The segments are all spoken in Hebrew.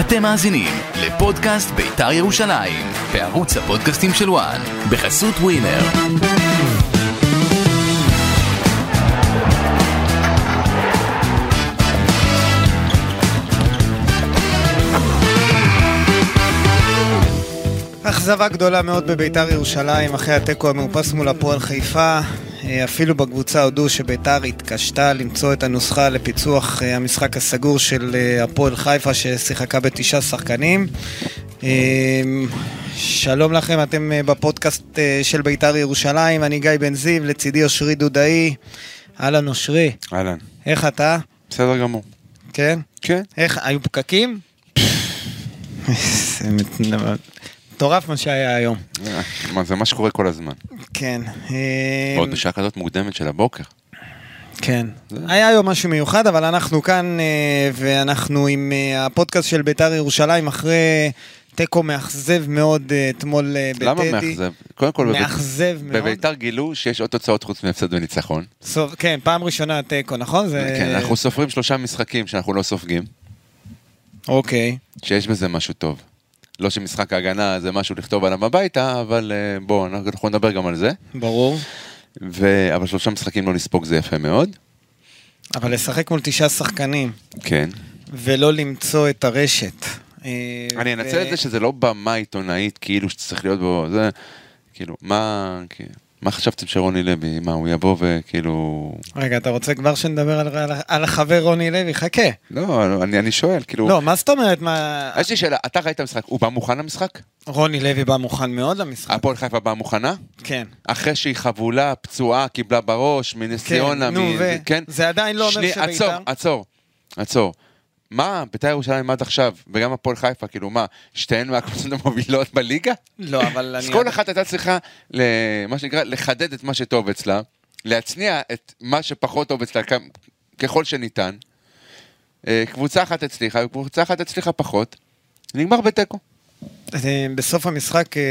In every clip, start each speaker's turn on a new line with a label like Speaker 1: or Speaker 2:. Speaker 1: אתם מאזינים לפודקאסט בית"ר ירושלים, בערוץ הפודקאסטים של וואן, בחסות ווינר.
Speaker 2: אכזבה גדולה מאוד בביתר ירושלים אחרי התיקו המאופס מול הפועל חיפה. אה, אפילו בקבוצה הודו שביתר התקשתה למצוא את הנוסחה לפיצוח אה, המשחק הסגור של אה, הפועל חיפה ששיחקה בתשעה שחקנים. אה, שלום לכם, אתם אה, בפודקאסט אה, של ביתר ירושלים, אני גיא בן זיו, לצידי אושרי דודאי. אהלן אושרי,
Speaker 3: אהלן.
Speaker 2: איך אתה?
Speaker 3: בסדר גמור.
Speaker 2: כן?
Speaker 3: כן.
Speaker 2: איך, היו פקקים? זה מטורף מה שהיה היום.
Speaker 3: אה, מה, זה מה שקורה כל הזמן.
Speaker 2: כן. אה,
Speaker 3: עוד בשעה כזאת מוקדמת של הבוקר.
Speaker 2: כן. היה היום משהו מיוחד, אבל אנחנו כאן, אה, ואנחנו עם אה, הפודקאסט של בית"ר ירושלים אחרי תיקו מאכזב מאוד אה, אתמול אה, בטדי.
Speaker 3: למה מאכזב? קודם כל, בבית-
Speaker 2: מאכזב מאוד.
Speaker 3: בביתר גילו שיש עוד תוצאות חוץ מהפסד וניצחון.
Speaker 2: סוף- כן, פעם ראשונה תיקו, נכון? זה-
Speaker 3: כן, אנחנו סופרים שלושה משחקים שאנחנו לא סופגים,
Speaker 2: אוקיי.
Speaker 3: שיש בזה משהו טוב. לא שמשחק ההגנה זה משהו לכתוב עליו הביתה, אבל אה, בואו, אנחנו נדבר גם על זה.
Speaker 2: ברור.
Speaker 3: ו... אבל שלושה משחקים לא לספוג זה יפה מאוד.
Speaker 2: אבל לשחק מול תשעה שחקנים,
Speaker 3: כן.
Speaker 2: ולא למצוא את הרשת. אה,
Speaker 3: אני אנצל
Speaker 2: ו-
Speaker 3: את זה שזה לא במה עיתונאית, כאילו שצריך להיות בו, זה, כאילו, מה, כאילו, מה חשבתם שרוני לוי, מה, הוא יבוא וכאילו...
Speaker 2: רגע, אתה רוצה כבר שנדבר על- על- על החבר רוני לוי? חכה.
Speaker 3: לא, לא, אני, אני שואל, כאילו...
Speaker 2: לא, מה זאת אומרת? מה...
Speaker 3: יש לי שאלה, אתה ראית משחק, הוא בא מוכן למשחק?
Speaker 2: רוני לוי בא מוכן מאוד למשחק.
Speaker 3: הפועל חיפה באה מוכנה?
Speaker 2: כן.
Speaker 3: אחרי שהיא חבולה, פצועה, קיבלה בראש, מנס
Speaker 2: כן,
Speaker 3: ציונה,
Speaker 2: נו,
Speaker 3: מ...
Speaker 2: ו- זה עדיין לא אומר שבית"ר-
Speaker 3: עצור, עצור, עצור. מה, בית"ר ירושלים עד עכשיו, וגם הפועל חיפה, כאילו מה, שתיהן מהקבוצות המובילות בליגה?
Speaker 2: לא, אבל
Speaker 3: אז
Speaker 2: אני...
Speaker 3: כל אחת הייתה צריכה, ל- מה שנקרא, לחדד את מה שטוב אצלה, להצניע את מה שפחות טוב אצלה כ- ככל שניתן. אה, קבוצה אחת הצליחה, וקבוצה אחת הצליחה פחות, נגמר בתיקו.
Speaker 2: אה, בסוף המשחק אה,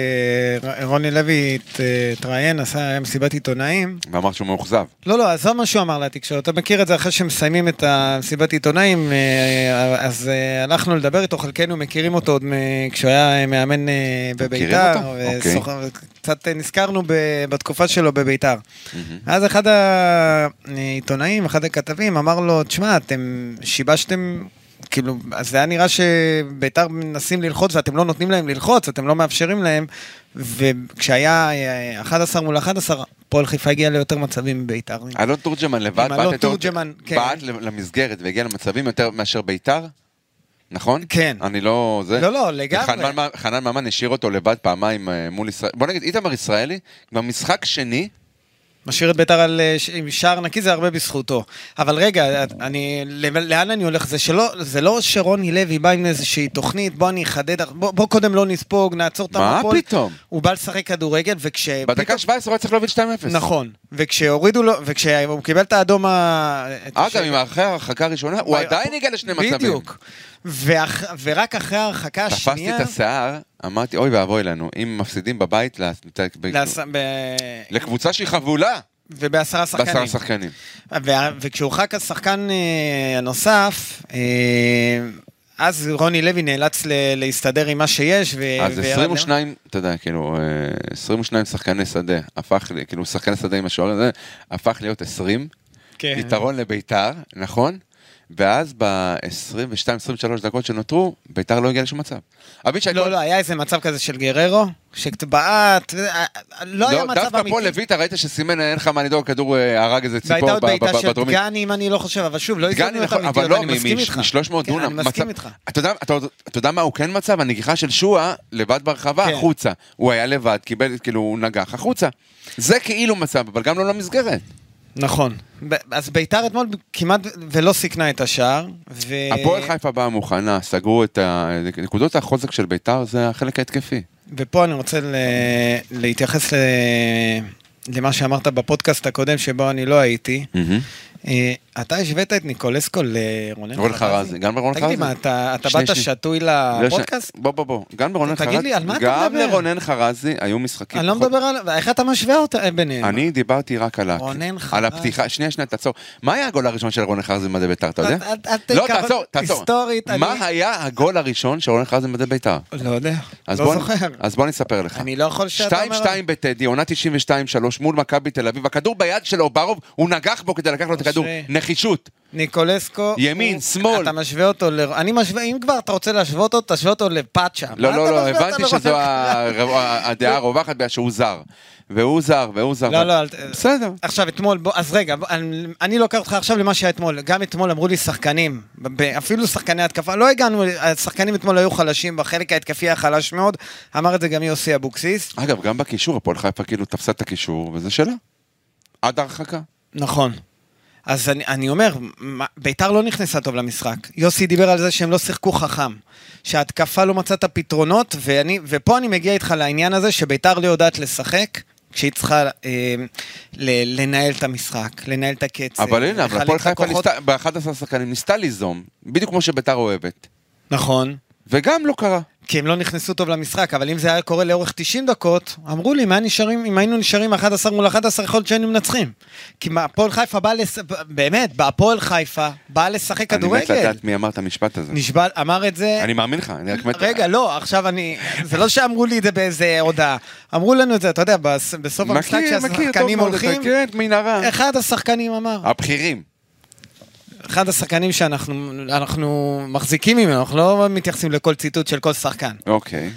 Speaker 2: ר- רוני לוי הת- אה, התראיין, עשה היה מסיבת עיתונאים.
Speaker 3: ואמר שהוא מאוכזב.
Speaker 2: לא, לא, עזוב מה שהוא אמר לתקשורת. אתה מכיר את זה אחרי שמסיימים את המסיבת עיתונאים, אה, אז אה, הלכנו לדבר איתו, חלקנו מכירים אותו עוד מ- כשהוא היה אה, מאמן אה, בביתר. אה,
Speaker 3: אותו? אוקיי.
Speaker 2: ושוחח- קצת אה, נזכרנו ב- בתקופה שלו בביתר. אז אחד העיתונאים, אחד הכתבים, אמר לו, תשמע, אתם שיבשתם, כאילו, אז זה היה נראה שביתר מנסים ללחוץ ואתם לא נותנים להם ללחוץ, אתם לא מאפשרים להם, וכשהיה אה, 11 מול 11, הפועל חיפה הגיע ליותר מצבים מביתר.
Speaker 3: אלון תורג'מן לבד,
Speaker 2: אלון
Speaker 3: בעט את-
Speaker 2: תורג'מן, כן.
Speaker 3: בעט למסגרת והגיע למצבים יותר מאשר ביתר, נכון?
Speaker 2: כן.
Speaker 3: אני לא... זה...
Speaker 2: לא, לא, לגמרי.
Speaker 3: וחנן ממן- חנן ממן השאיר אותו לבד פעמיים אה, מול ישראל. בוא נגיד, איתמר ישראלי, כבר משחק שני,
Speaker 2: משאיר את ביתר על, אה, ש- עם שער נקי, זה הרבה בזכותו. אבל רגע, אני, לאן אני הולך? זה, שלא, זה לא שרוני לוי בא עם איזושהי תוכנית, בוא אני אחדד, בוא, בוא קודם לא נספוג, נעצור את
Speaker 3: מה
Speaker 2: המפול.
Speaker 3: פתאום?
Speaker 2: הוא בא לשחק כדורגל, וכש...
Speaker 3: בדקה 17 הוא היה צריך להוביל 2-0.
Speaker 2: נכון, וכשהורידו לו, וכשהוא קיבל את האדום ה... ש-
Speaker 3: אגב, עם אחרי ההרחקה הראשונה, הוא
Speaker 2: היה-
Speaker 3: עדיין הגיע לשני מצבים.
Speaker 2: בדיוק. ואח... ורק אחרי ההרחקה
Speaker 3: תפסתי
Speaker 2: השנייה...
Speaker 3: את השיער, אמרתי, אוי ואבוי לנו, אם מפסידים בבית ל-
Speaker 2: להס... ב...
Speaker 3: לקבוצה שהיא חבולה
Speaker 2: ובעשרה שחקנים.
Speaker 3: לא. בעשרה שחקנים.
Speaker 2: וה- וכשהורחק השחקן אה, הנוסף, אה, אז רוני לוי נאלץ ל- להסתדר עם מה שיש. ו-
Speaker 3: אז
Speaker 2: אה, וירד
Speaker 3: 22, אתה יודע, כאילו, אה, 22 שחקני שדה, הפך, ל- כאילו, שחקני שדה עם השוער הזה, הפך להיות 20,
Speaker 2: למ- כן.
Speaker 3: יתרון לביתר, נכון? ואז ב-22-23 דקות שנותרו, ביתר לא הגיעה לשום מצב. אבישי
Speaker 2: לא,
Speaker 3: כהן-
Speaker 2: לא, היה איזה מצב כזה של גררו, שקצת לא היה מצב
Speaker 3: דווקא פה
Speaker 2: אמיתי.
Speaker 3: לויטה ראית שסימן אין לך מה לדאוג, כדור אה, הרג איזה ציפור
Speaker 2: והייתה עוד
Speaker 3: ב-
Speaker 2: בעיטה
Speaker 3: ב-
Speaker 2: של
Speaker 3: בדרומית.
Speaker 2: דגני, אם אני לא חושב, אבל שוב, לא
Speaker 3: גני
Speaker 2: הזדמנויות
Speaker 3: נכון, אבל
Speaker 2: אמיתיות,
Speaker 3: לא,
Speaker 2: אני מסכים איתך.
Speaker 3: מ-300
Speaker 2: כן,
Speaker 3: דונם.
Speaker 2: אני מסכים
Speaker 3: מצב-
Speaker 2: איתך.
Speaker 3: אתה יודע- אתה יודע- אתה יודע מה הוא כן מצא? והנגיחה של שועה לבד ברחבה
Speaker 2: כן.
Speaker 3: החוצה. הוא היה לבד, קיבל, כאילו, הוא נגח החוצה. זה כאילו מצב, אבל גם לא למסגרת.
Speaker 2: נכון. ב- אז ביתר אתמול כמעט ולא סיכנה את השער. ו...
Speaker 3: הפועל חיפה באה מוכנה, סגרו את ה... נקודות החוזק של ביתר זה החלק ההתקפי.
Speaker 2: ופה אני רוצה ל... להתייחס ל... למה שאמרת בפודקאסט הקודם שבו אני לא הייתי. אה, אתה השווית את ניקולסקו לרונן
Speaker 3: רון חרזי, גם לרון
Speaker 2: תגיד לי,
Speaker 3: חרזי.
Speaker 2: מה, אתה אתה
Speaker 3: שני,
Speaker 2: באת
Speaker 3: שני.
Speaker 2: שתוי
Speaker 3: לא ש-
Speaker 2: לפודקאסט?
Speaker 3: בוא, בוא, בוא. גם לרונן
Speaker 2: תגיד
Speaker 3: חרזי,
Speaker 2: לי, על מה אתה
Speaker 3: גם
Speaker 2: מדבר?
Speaker 3: לרונן חרזי היו משחקים.
Speaker 2: אני לא
Speaker 3: פחות-
Speaker 2: מדבר על... איך אתה משווה אותה אה, ביניהם?
Speaker 3: אני דיברתי רק על ה...
Speaker 2: רונן
Speaker 3: על
Speaker 2: חרזי.
Speaker 3: הפתיחה, שנייה, שנייה, תעצור. מה היה הגול הראשון של רונן חרזי במדי בית"ר, אתה יודע?
Speaker 2: אל- אל- אל
Speaker 3: לא,
Speaker 2: תיקח-
Speaker 3: תעצור, תעצור.
Speaker 2: היסטורית, אני-
Speaker 3: מה היה הגול הראשון של רונן חרזי במדי בית"ר?
Speaker 2: לא יודע,
Speaker 3: אז
Speaker 2: לא
Speaker 3: בוא-
Speaker 2: זוכר.
Speaker 3: אז בוא אני אספר לך.
Speaker 2: אני לא יכול שאתה אומר...
Speaker 3: 2-2 בטדי, עונה 92-3 מול מכבי תל אביב, הכדור ביד של אוברוב, הוא נגח בו כדי לקח לו את הכדור.
Speaker 2: אשרי.
Speaker 3: נחישות.
Speaker 2: ניקולסקו...
Speaker 3: ימין,
Speaker 2: הוא-
Speaker 3: שמאל.
Speaker 2: אתה משווה אותו ל... אני משווה... אם כבר אתה רוצה להשוות אותו, תשווה אותו לפאצ'ה.
Speaker 3: לא,
Speaker 2: מה
Speaker 3: לא,
Speaker 2: אתה
Speaker 3: לא,
Speaker 2: משווה אותו
Speaker 3: הבנתי
Speaker 2: לרונן
Speaker 3: שזו ה-
Speaker 2: חרזי?
Speaker 3: ה- הדעה הרווחת, בגלל שהוא זר. והוא זר, והוא זר.
Speaker 2: לא, לא, אל ת-
Speaker 3: בסדר.
Speaker 2: עכשיו, אתמול, בוא, אז רגע, בוא, אני, אני לוקח אותך עכשיו למה שהיה אתמול. גם אתמול אמרו לי שחקנים, ב- אפילו שחקני התקפה, לא הגענו, השחקנים אתמול היו חלשים, בחלק ההתקפי היה חלש מאוד, אמר את זה גם יוסי אבוקסיס.
Speaker 3: אגב, גם בקישור, הפועל חיפה כאילו תפסה את הקישור, וזה שלה. עד ההרחקה.
Speaker 2: נכון. אז אני, אני אומר, מה- ביתר לא נכנסה טוב למשחק. יוסי דיבר על זה שהם לא שיחקו חכם. שההתקפה לא מצאה את הפתרונות, ואני, ופה אני מגיע איתך לעניין הזה שביתר לא יודעת לשחק. כשהיא צריכה אה, ל- לנהל את המשחק, לנהל את הקצב.
Speaker 3: אבל הנה, אבל
Speaker 2: לחלק
Speaker 3: הפועל
Speaker 2: את
Speaker 3: חיפה
Speaker 2: הכוחות.
Speaker 3: ניסתה- ב-11 שחקנים ניסתה ליזום, בדיוק כמו שביתר אוהבת.
Speaker 2: נכון.
Speaker 3: וגם לא קרה.
Speaker 2: כי הם לא נכנסו טוב למשחק, אבל אם זה היה קורה לאורך 90 דקות, אמרו לי, אם, היה נשארים, אם היינו נשארים 11 מול 11, יכול להיות שהיינו מנצחים. כי מה, הפועל חיפה באה, לס... באמת, בהפועל חיפה, באה לשחק
Speaker 3: אני מת
Speaker 2: כדורגל.
Speaker 3: לדעת מי אמר את המשפט הזה.
Speaker 2: נשבע, אמר את זה...
Speaker 3: אני מאמין לך, אני רק מת...
Speaker 2: רגע, לא, עכשיו אני... זה לא שאמרו לי את זה באיזה הודעה. אמרו לנו את זה, אתה יודע, בס- בסוף המשחק
Speaker 3: מכיר, מכיר, טוב
Speaker 2: כשהשחקנים
Speaker 3: מאוד,
Speaker 2: הולכים,
Speaker 3: אתה- כן, אה. מנהרה.
Speaker 2: אחד השחקנים אמר,
Speaker 3: הבכירים.
Speaker 2: אחד השחקנים שאנחנו אנחנו מחזיקים ממנו, אנחנו לא מתייחסים לכל ציטוט של כל שחקן.
Speaker 3: אוקיי.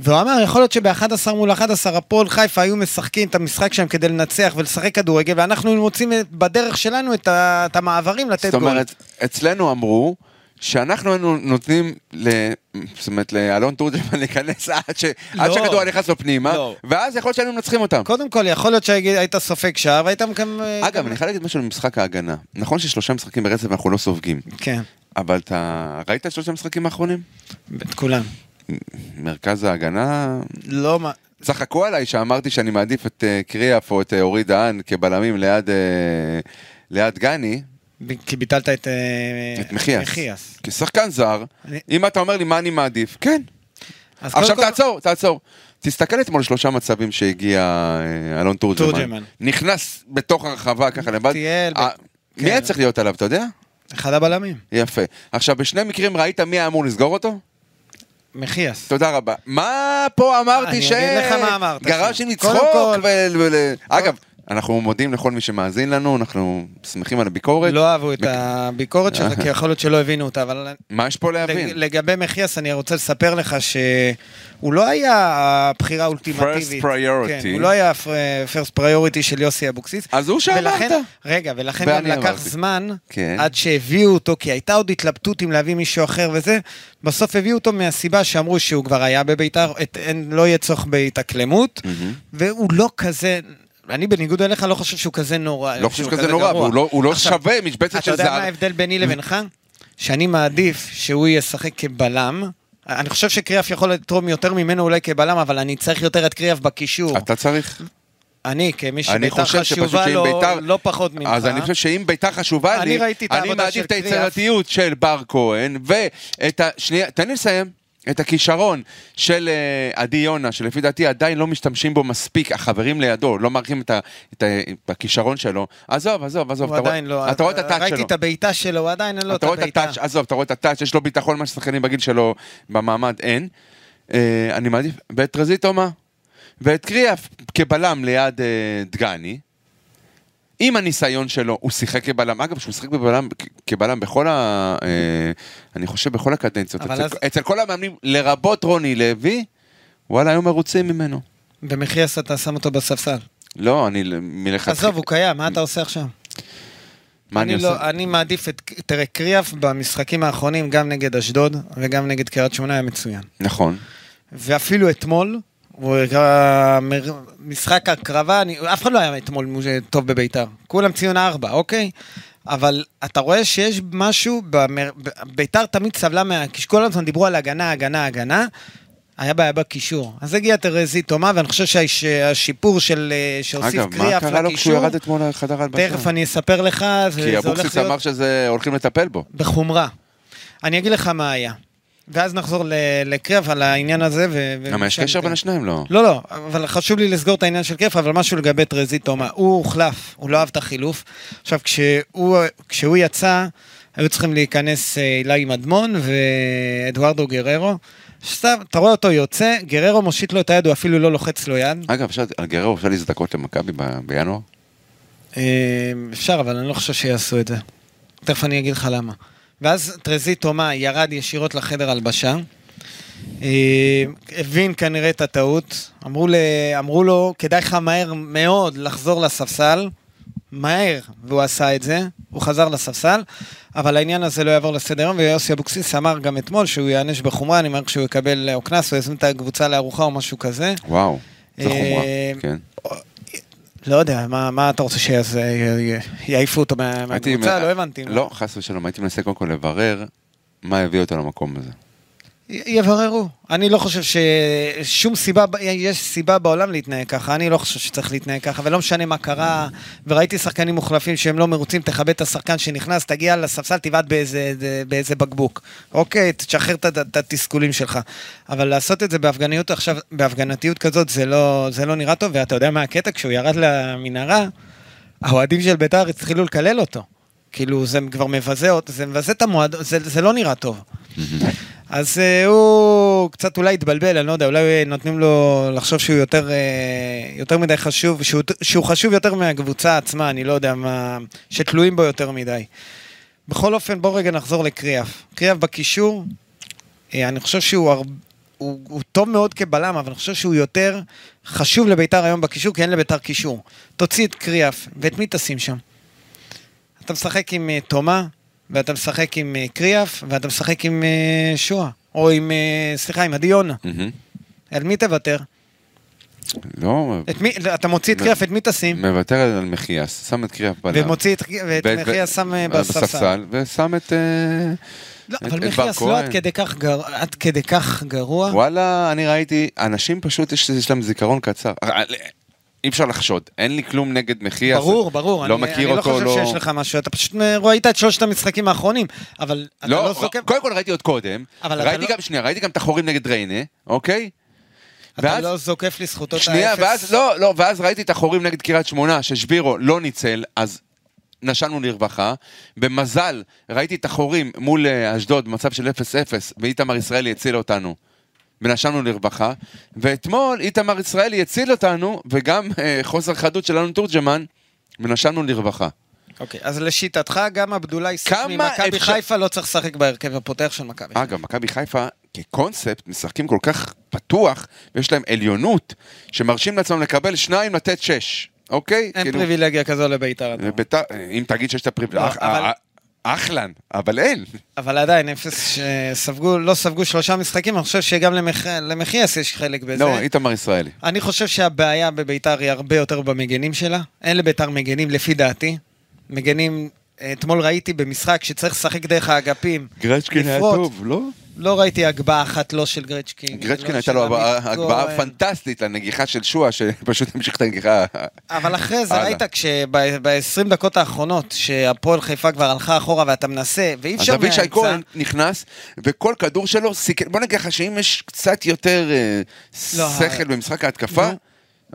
Speaker 2: והוא אמר, יכול להיות שב-11 מול 11 הפועל חיפה היו משחקים את המשחק שם כדי לנצח ולשחק כדורגל, ואנחנו מוצאים את- בדרך שלנו את ה- את המעברים לתת
Speaker 3: זאת
Speaker 2: גול.
Speaker 3: אומרת, אצלנו אמרו שאנחנו היינו נותנים, ל- זאת אומרת, לאלון תורג'מן להיכנס עד ש- עד
Speaker 2: לא.
Speaker 3: שהכדור היה נכנס לו פנימה,
Speaker 2: לא.
Speaker 3: ואז יכול להיות שהיינו מנצחים אותם.
Speaker 2: קודם כל, יכול להיות שהיית סופג שער והיית גם... אה,
Speaker 3: אגב, אני חייב להגיד משהו למשחק ההגנה. נכון ששלושה משחקים ברצף אנחנו לא סופגים,
Speaker 2: כן,
Speaker 3: אבל אתה ראית את שלושה המשחקים האחרונים?
Speaker 2: את כולם.
Speaker 3: מרכז ההגנה...
Speaker 2: לא מה...
Speaker 3: צחקו עליי שאמרתי שאני מעדיף את אה, קריאף או את אה, אורי דהן כבלמים ליד, אה, ליד גני,
Speaker 2: ב- כי ביטלת את... אה,
Speaker 3: את מחיאס.
Speaker 2: מחיאס.
Speaker 3: כשחקן זר,
Speaker 2: אני-
Speaker 3: אם אתה אומר לי מה אני מעדיף, כן.
Speaker 2: אז
Speaker 3: עכשיו
Speaker 2: קודם כל-
Speaker 3: תעצור, תעצור. תסתכל אתמול שלושה מצבים שהגיע אה, אלון תורג'מן.
Speaker 2: תורג'מן.
Speaker 3: נכנס בתוך הרחבה ככה לבד.
Speaker 2: טייל ב-
Speaker 3: אה,
Speaker 2: כן.
Speaker 3: מי היה צריך להיות עליו, אתה יודע?
Speaker 2: אחד הבלמים,
Speaker 3: יפה. עכשיו, בשני מקרים ראית מי היה אמור לסגור אותו?
Speaker 2: מחיאס.
Speaker 3: תודה רבה. מה פה אמרתי
Speaker 2: אני
Speaker 3: ש...
Speaker 2: אגיד לך מה אמרת.
Speaker 3: גרש עם
Speaker 2: קודם
Speaker 3: לצחוק
Speaker 2: כל-
Speaker 3: ו... ו- אגב, אנחנו מודים לכל מי שמאזין לנו, אנחנו שמחים על הביקורת.
Speaker 2: לא אהבו את
Speaker 3: מק- אה.
Speaker 2: הביקורת שלך, כי יכול להיות שלא הבינו אותה, אבל
Speaker 3: מה יש פה להבין?
Speaker 2: לגבי מחיאס, אני רוצה לספר לך שהוא לא היה הבחירה האולטימטיבית.
Speaker 3: First priority.
Speaker 2: כן, הוא לא היה first priority של יוסי אבוקסיס.
Speaker 3: אז הוא שאמרת.
Speaker 2: ולכן- רגע, ולכן גם
Speaker 3: ואני
Speaker 2: לקח
Speaker 3: אמרתי.
Speaker 2: זמן
Speaker 3: כן.
Speaker 2: עד שהביאו אותו, כי הייתה עוד התלבטות אם להביא מישהו אחר וזה. בסוף הביאו אותו מהסיבה שאמרו שהוא כבר היה בביתר, את- אין- לא יהיה צורך
Speaker 3: Mm-hmm.
Speaker 2: בהתאקלמות, והוא לא כזה... אני בניגוד אליך לא חושב שהוא כזה נורא.
Speaker 3: לא חושב כזה נורא,
Speaker 2: גרוע.
Speaker 3: והוא לא- הוא לא
Speaker 2: עכשיו,
Speaker 3: שווה משבצת של
Speaker 2: אתה יודע
Speaker 3: זר.
Speaker 2: מה ההבדל ביני לבינך? שאני מעדיף שהוא ישחק כבלם. אני חושב שקריאף יכול לתרום יותר ממנו אולי כבלם, אבל אני צריך יותר את קריאף בקישור.
Speaker 3: אתה צריך.
Speaker 2: אני, כמי
Speaker 3: אני
Speaker 2: שביתר
Speaker 3: חושב שפשוט
Speaker 2: חשובה
Speaker 3: שאם
Speaker 2: לו,
Speaker 3: ביתר...
Speaker 2: לא פחות ממך.
Speaker 3: אז אני חושב שאם ביתר חשובה לי,
Speaker 2: אני ראיתי את
Speaker 3: אני
Speaker 2: העבודה
Speaker 3: מעדיף
Speaker 2: של
Speaker 3: את
Speaker 2: קריאף.
Speaker 3: היצירתיות של בר כהן, ואת ה... שנייה, תן לי לסיים. את הכישרון של אה, עדי יונה, שלפי דעתי עדיין לא משתמשים בו מספיק, החברים לידו לא מעריכים את, ה, את, ה, את הכישרון שלו. עזוב, עזוב, עזוב,
Speaker 2: הוא
Speaker 3: אתה,
Speaker 2: עדיין
Speaker 3: רואה,
Speaker 2: לא...
Speaker 3: אתה רואה את הטאץ' שלו.
Speaker 2: ראיתי את הבעיטה שלו, הוא עדיין אין לו את
Speaker 3: אתה רואה את
Speaker 2: הבעיטה.
Speaker 3: הטאץ', עזוב, אתה רואה את הטאץ', יש לו ביטחון מה ששחקנים בגיל שלו במעמד אין. אה, אני מעדיף, ואת רזיטו מה? ואת קריאף כבלם ליד אה, דגני. עם הניסיון שלו, הוא שיחק כבלם. אגב, שהוא שיחק בבלם, כ- כבלם בכל ה... אה, אני חושב בכל הקדנציות.
Speaker 2: אבל
Speaker 3: אצל,
Speaker 2: אז-
Speaker 3: אצל כל המאמנים, לרבות רוני לוי, וואלה, היו מרוצים ממנו.
Speaker 2: במחייס אתה שם אותו בספסל.
Speaker 3: לא, אני ל- מלכתחילה...
Speaker 2: עזוב, הוא קיים, מה אתה עושה עכשיו?
Speaker 3: מה אני,
Speaker 2: אני
Speaker 3: עושה?
Speaker 2: לא, אני מעדיף את... תראה, קריאף במשחקים האחרונים, גם נגד אשדוד וגם נגד קריית שמונה, היה מצוין.
Speaker 3: נכון.
Speaker 2: ואפילו אתמול, הוא הראה מר- משחק הקרבה, אני, אף אחד לא היה אתמול מוש- טוב בביתר. כולם ציון ארבע, אוקיי? אבל אתה רואה שיש משהו, במר... ב- ביתר תמיד סבלה מה... כי כל הזמן דיברו על הגנה, הגנה, הגנה. היה בעיה בקישור. אז הגיע טרזי תומה, ואני חושב שהש- שהשיפור של... אה, שהוסיף
Speaker 3: אגב, מה
Speaker 2: קריאף
Speaker 3: קרה לו כשהוא
Speaker 2: לקישור,
Speaker 3: ירד אתמול לחדר ההלבשה?
Speaker 2: תכף אני אספר לך, זה
Speaker 3: כי
Speaker 2: זה הולך
Speaker 3: אבוקסיס אמר
Speaker 2: להיות
Speaker 3: שזה, הולכים לטפל בו.
Speaker 2: בחומרה. אני אגיד לך מה היה. ואז נחזור ל- לקריאף על העניין הזה. ו- ו-
Speaker 3: למה יש
Speaker 2: ושם
Speaker 3: קשר
Speaker 2: ניתן.
Speaker 3: בין השניים? לא.
Speaker 2: כן, לא, לא, אבל חשוב לי לסגור את העניין של כיף, אבל משהו לגבי טרזי תומה. הוא הוחלף, הוא לא אהב את החילוף. עכשיו, כשהוא, כשהוא יצא, היו צריכים להיכנס אה, אילי מדמון ואדוארדו גררו. סתם, אתה רואה אותו יוצא, גררו מושיט לו את היד, הוא אפילו לא לוחץ לו יד.
Speaker 3: אגב, אפשר, על גררו אפשר להזדכות למכבי ב- בינואר?
Speaker 2: אה, אפשר, אבל אני לא חושב שיעשו את זה. תכף אני אגיד לך למה. ואז טרזי תומה ירד ישירות לחדר הלבשה, אה, הבין כנראה את הטעות, אמרו, ל... אמרו לו, כדאי לך מהר מאוד לחזור לספסל, מהר, והוא עשה את זה, הוא חזר לספסל, אבל העניין הזה לא יעבור לסדר היום, ויוסי אבוקסיס אמר גם אתמול שהוא ייענש בחומרה, אני אומר כשהוא יקבל אה, או קנס, הוא יזמין את הקבוצה לארוחה או משהו כזה.
Speaker 3: וואו, זה
Speaker 2: אה,
Speaker 3: חומרה, כן.
Speaker 2: לא יודע, מה, מה אתה רוצה שיעשה, י- י- יעיפו אותו מה-
Speaker 3: הייתי-
Speaker 2: מהקבוצה? לא הבנתי.
Speaker 3: לא, חס ושלום, הייתי מנסה קודם כל לברר מה הביא אותו למקום הזה.
Speaker 2: י- יבררו. אני לא חושב ששום סיבה, ב- יש סיבה בעולם להתנהג ככה, אני לא חושב שצריך להתנהג ככה, ולא משנה מה קרה, וראיתי שחקנים מוחלפים שהם לא מרוצים, תכבד את השחקן שנכנס, תגיע לספסל, תבעט באיזה, באיזה בקבוק. אוקיי, תשחרר את ה- את התסכולים שלך. אבל לעשות את זה בהפגניות עכשיו, בהפגנתיות כזאת, זה לא, זה לא נראה טוב, ואתה יודע מה הקטע? כשהוא ירד למנהרה, האוהדים של בית"ר התחילו לקלל אותו. כאילו, זה כבר מבזה, אות- זה מבזה את המועד, זה, זה לא נראה טוב. אז uh, הוא קצת אולי התבלבל, אני לא יודע, אולי נותנים לו לחשוב שהוא יותר, uh, יותר מדי חשוב, שהוא, שהוא חשוב יותר מהקבוצה עצמה, אני לא יודע מה, שתלויים בו יותר מדי. בכל אופן, בואו רגע נחזור לקריאף. קריאף בקישור, אה, אני חושב שהוא הר... הוא, הוא טוב מאוד כבלם, אבל אני חושב שהוא יותר חשוב לביתר היום בקישור, כי אין לביתר קישור. תוציא את קריאף, ואת מי תשים שם? אתה משחק עם אה, תומה, ואתה משחק עם אה, קריאף, ואתה משחק עם אה, שואה, או עם, אה, סליחה, עם עדי יונה.
Speaker 3: מהמם.
Speaker 2: על מי תוותר?
Speaker 3: לא,
Speaker 2: את מי, לא, אתה מוציא את קריאף, את מי תשים?
Speaker 3: מוותר על מחיאס, שם את קריאף בלם.
Speaker 2: ומוציא את, ואת
Speaker 3: ואת-
Speaker 2: מחיה שם אה,
Speaker 3: אה,
Speaker 2: בספסל.
Speaker 3: ושם את... אה,
Speaker 2: לא,
Speaker 3: את-
Speaker 2: אבל
Speaker 3: את בר
Speaker 2: מחיאס לא
Speaker 3: כהן.
Speaker 2: עד כדי כך גר- עד כדי כך גרוע.
Speaker 3: וואלה, אני ראיתי, אנשים פשוט, יש יש להם זיכרון קצר. אה, אי אפשר לחשוד, אין לי כלום נגד מחיאס.
Speaker 2: ברור, ברור.
Speaker 3: לא
Speaker 2: אני-
Speaker 3: מכיר
Speaker 2: אני
Speaker 3: אותו,
Speaker 2: לא חושב
Speaker 3: לא...
Speaker 2: שיש לך משהו, אתה פשוט אה, ראית את שלושת המשחקים האחרונים, אבל אתה לא
Speaker 3: לא,
Speaker 2: זוקף...
Speaker 3: קודם כל ראיתי עוד קודם,
Speaker 2: אבל אתה
Speaker 3: ראיתי
Speaker 2: לא-
Speaker 3: גם, שנייה, ראיתי גם את החורים נגד ריינה, אוקיי?
Speaker 2: אתה
Speaker 3: ואז-
Speaker 2: לא זוקף לזכותו את
Speaker 3: שנייה,
Speaker 2: האפס.
Speaker 3: ואז, לא, לא, ואז ראיתי את החורים נגד קריית שמונה, ששבירו לא ניצל, אז נשענו לרווחה. במזל, ראיתי את החורים מול אה, אשדוד במצב של 0-0, ואיתמר ישראלי הציל אותנו. ונשמנו לרווחה, ואתמול איתמר ישראלי הציל אותנו, וגם אה, חוסר חדות של אלון תורג'מן, ונשמנו לרווחה.
Speaker 2: אוקיי, אז לשיטתך, גם עבדולאי סק
Speaker 3: כמה
Speaker 2: ממכבי
Speaker 3: אפשר-
Speaker 2: חיפה לא צריך לשחק בהרכב הפותח של מכבי.
Speaker 3: אגב, מכבי חיפה, כקונספט, משחקים כל כך פתוח, ויש להם עליונות, שמרשים לעצמם לקבל שניים, לתת שש, אוקיי?
Speaker 2: אין
Speaker 3: כאילו-
Speaker 2: פריבילגיה כזו לבית"ר. אתה אומר.
Speaker 3: וביתר, אם תגיד שיש את
Speaker 2: לא,
Speaker 3: הפריבילגיה,
Speaker 2: אבל-
Speaker 3: אה, אחלן, אבל אין.
Speaker 2: אבל עדיין, אפס שספגו, לא ספגו שלושה משחקים, אני חושב שגם למח- למחיאס יש חלק בזה.
Speaker 3: לא, איתמר ישראלי.
Speaker 2: אני חושב שהבעיה בביתר היא הרבה יותר במגנים שלה. אין לביתר מגנים, לפי דעתי. מגנים, אתמול ראיתי במשחק שצריך לשחק דרך האגפים.
Speaker 3: גרצ'קין היה
Speaker 2: לפרוץ.
Speaker 3: טוב, לא?
Speaker 2: לא ראיתי הגבהה אחת לא של גרצ'קין.
Speaker 3: גרצ'קין
Speaker 2: לא
Speaker 3: הייתה
Speaker 2: של
Speaker 3: לו
Speaker 2: עמית
Speaker 3: הגבהה
Speaker 2: כהן.
Speaker 3: פנטסטית לנגיחה של שועה, שפשוט המשיך את הנגיחה.
Speaker 2: אבל אחרי זה
Speaker 3: הלאה.
Speaker 2: ראית כשב-20 דקות האחרונות, שהפועל חיפה כבר הלכה אחורה ואתה מנסה, ואי
Speaker 3: אז
Speaker 2: אפשר מהאמצע...
Speaker 3: אבישי כהן נכנס, וכל כדור שלו סיכן, בוא נגיד לך שאם יש קצת יותר אה,
Speaker 2: לא,
Speaker 3: שכל
Speaker 2: ה-
Speaker 3: במשחק ההתקפה,
Speaker 2: נו.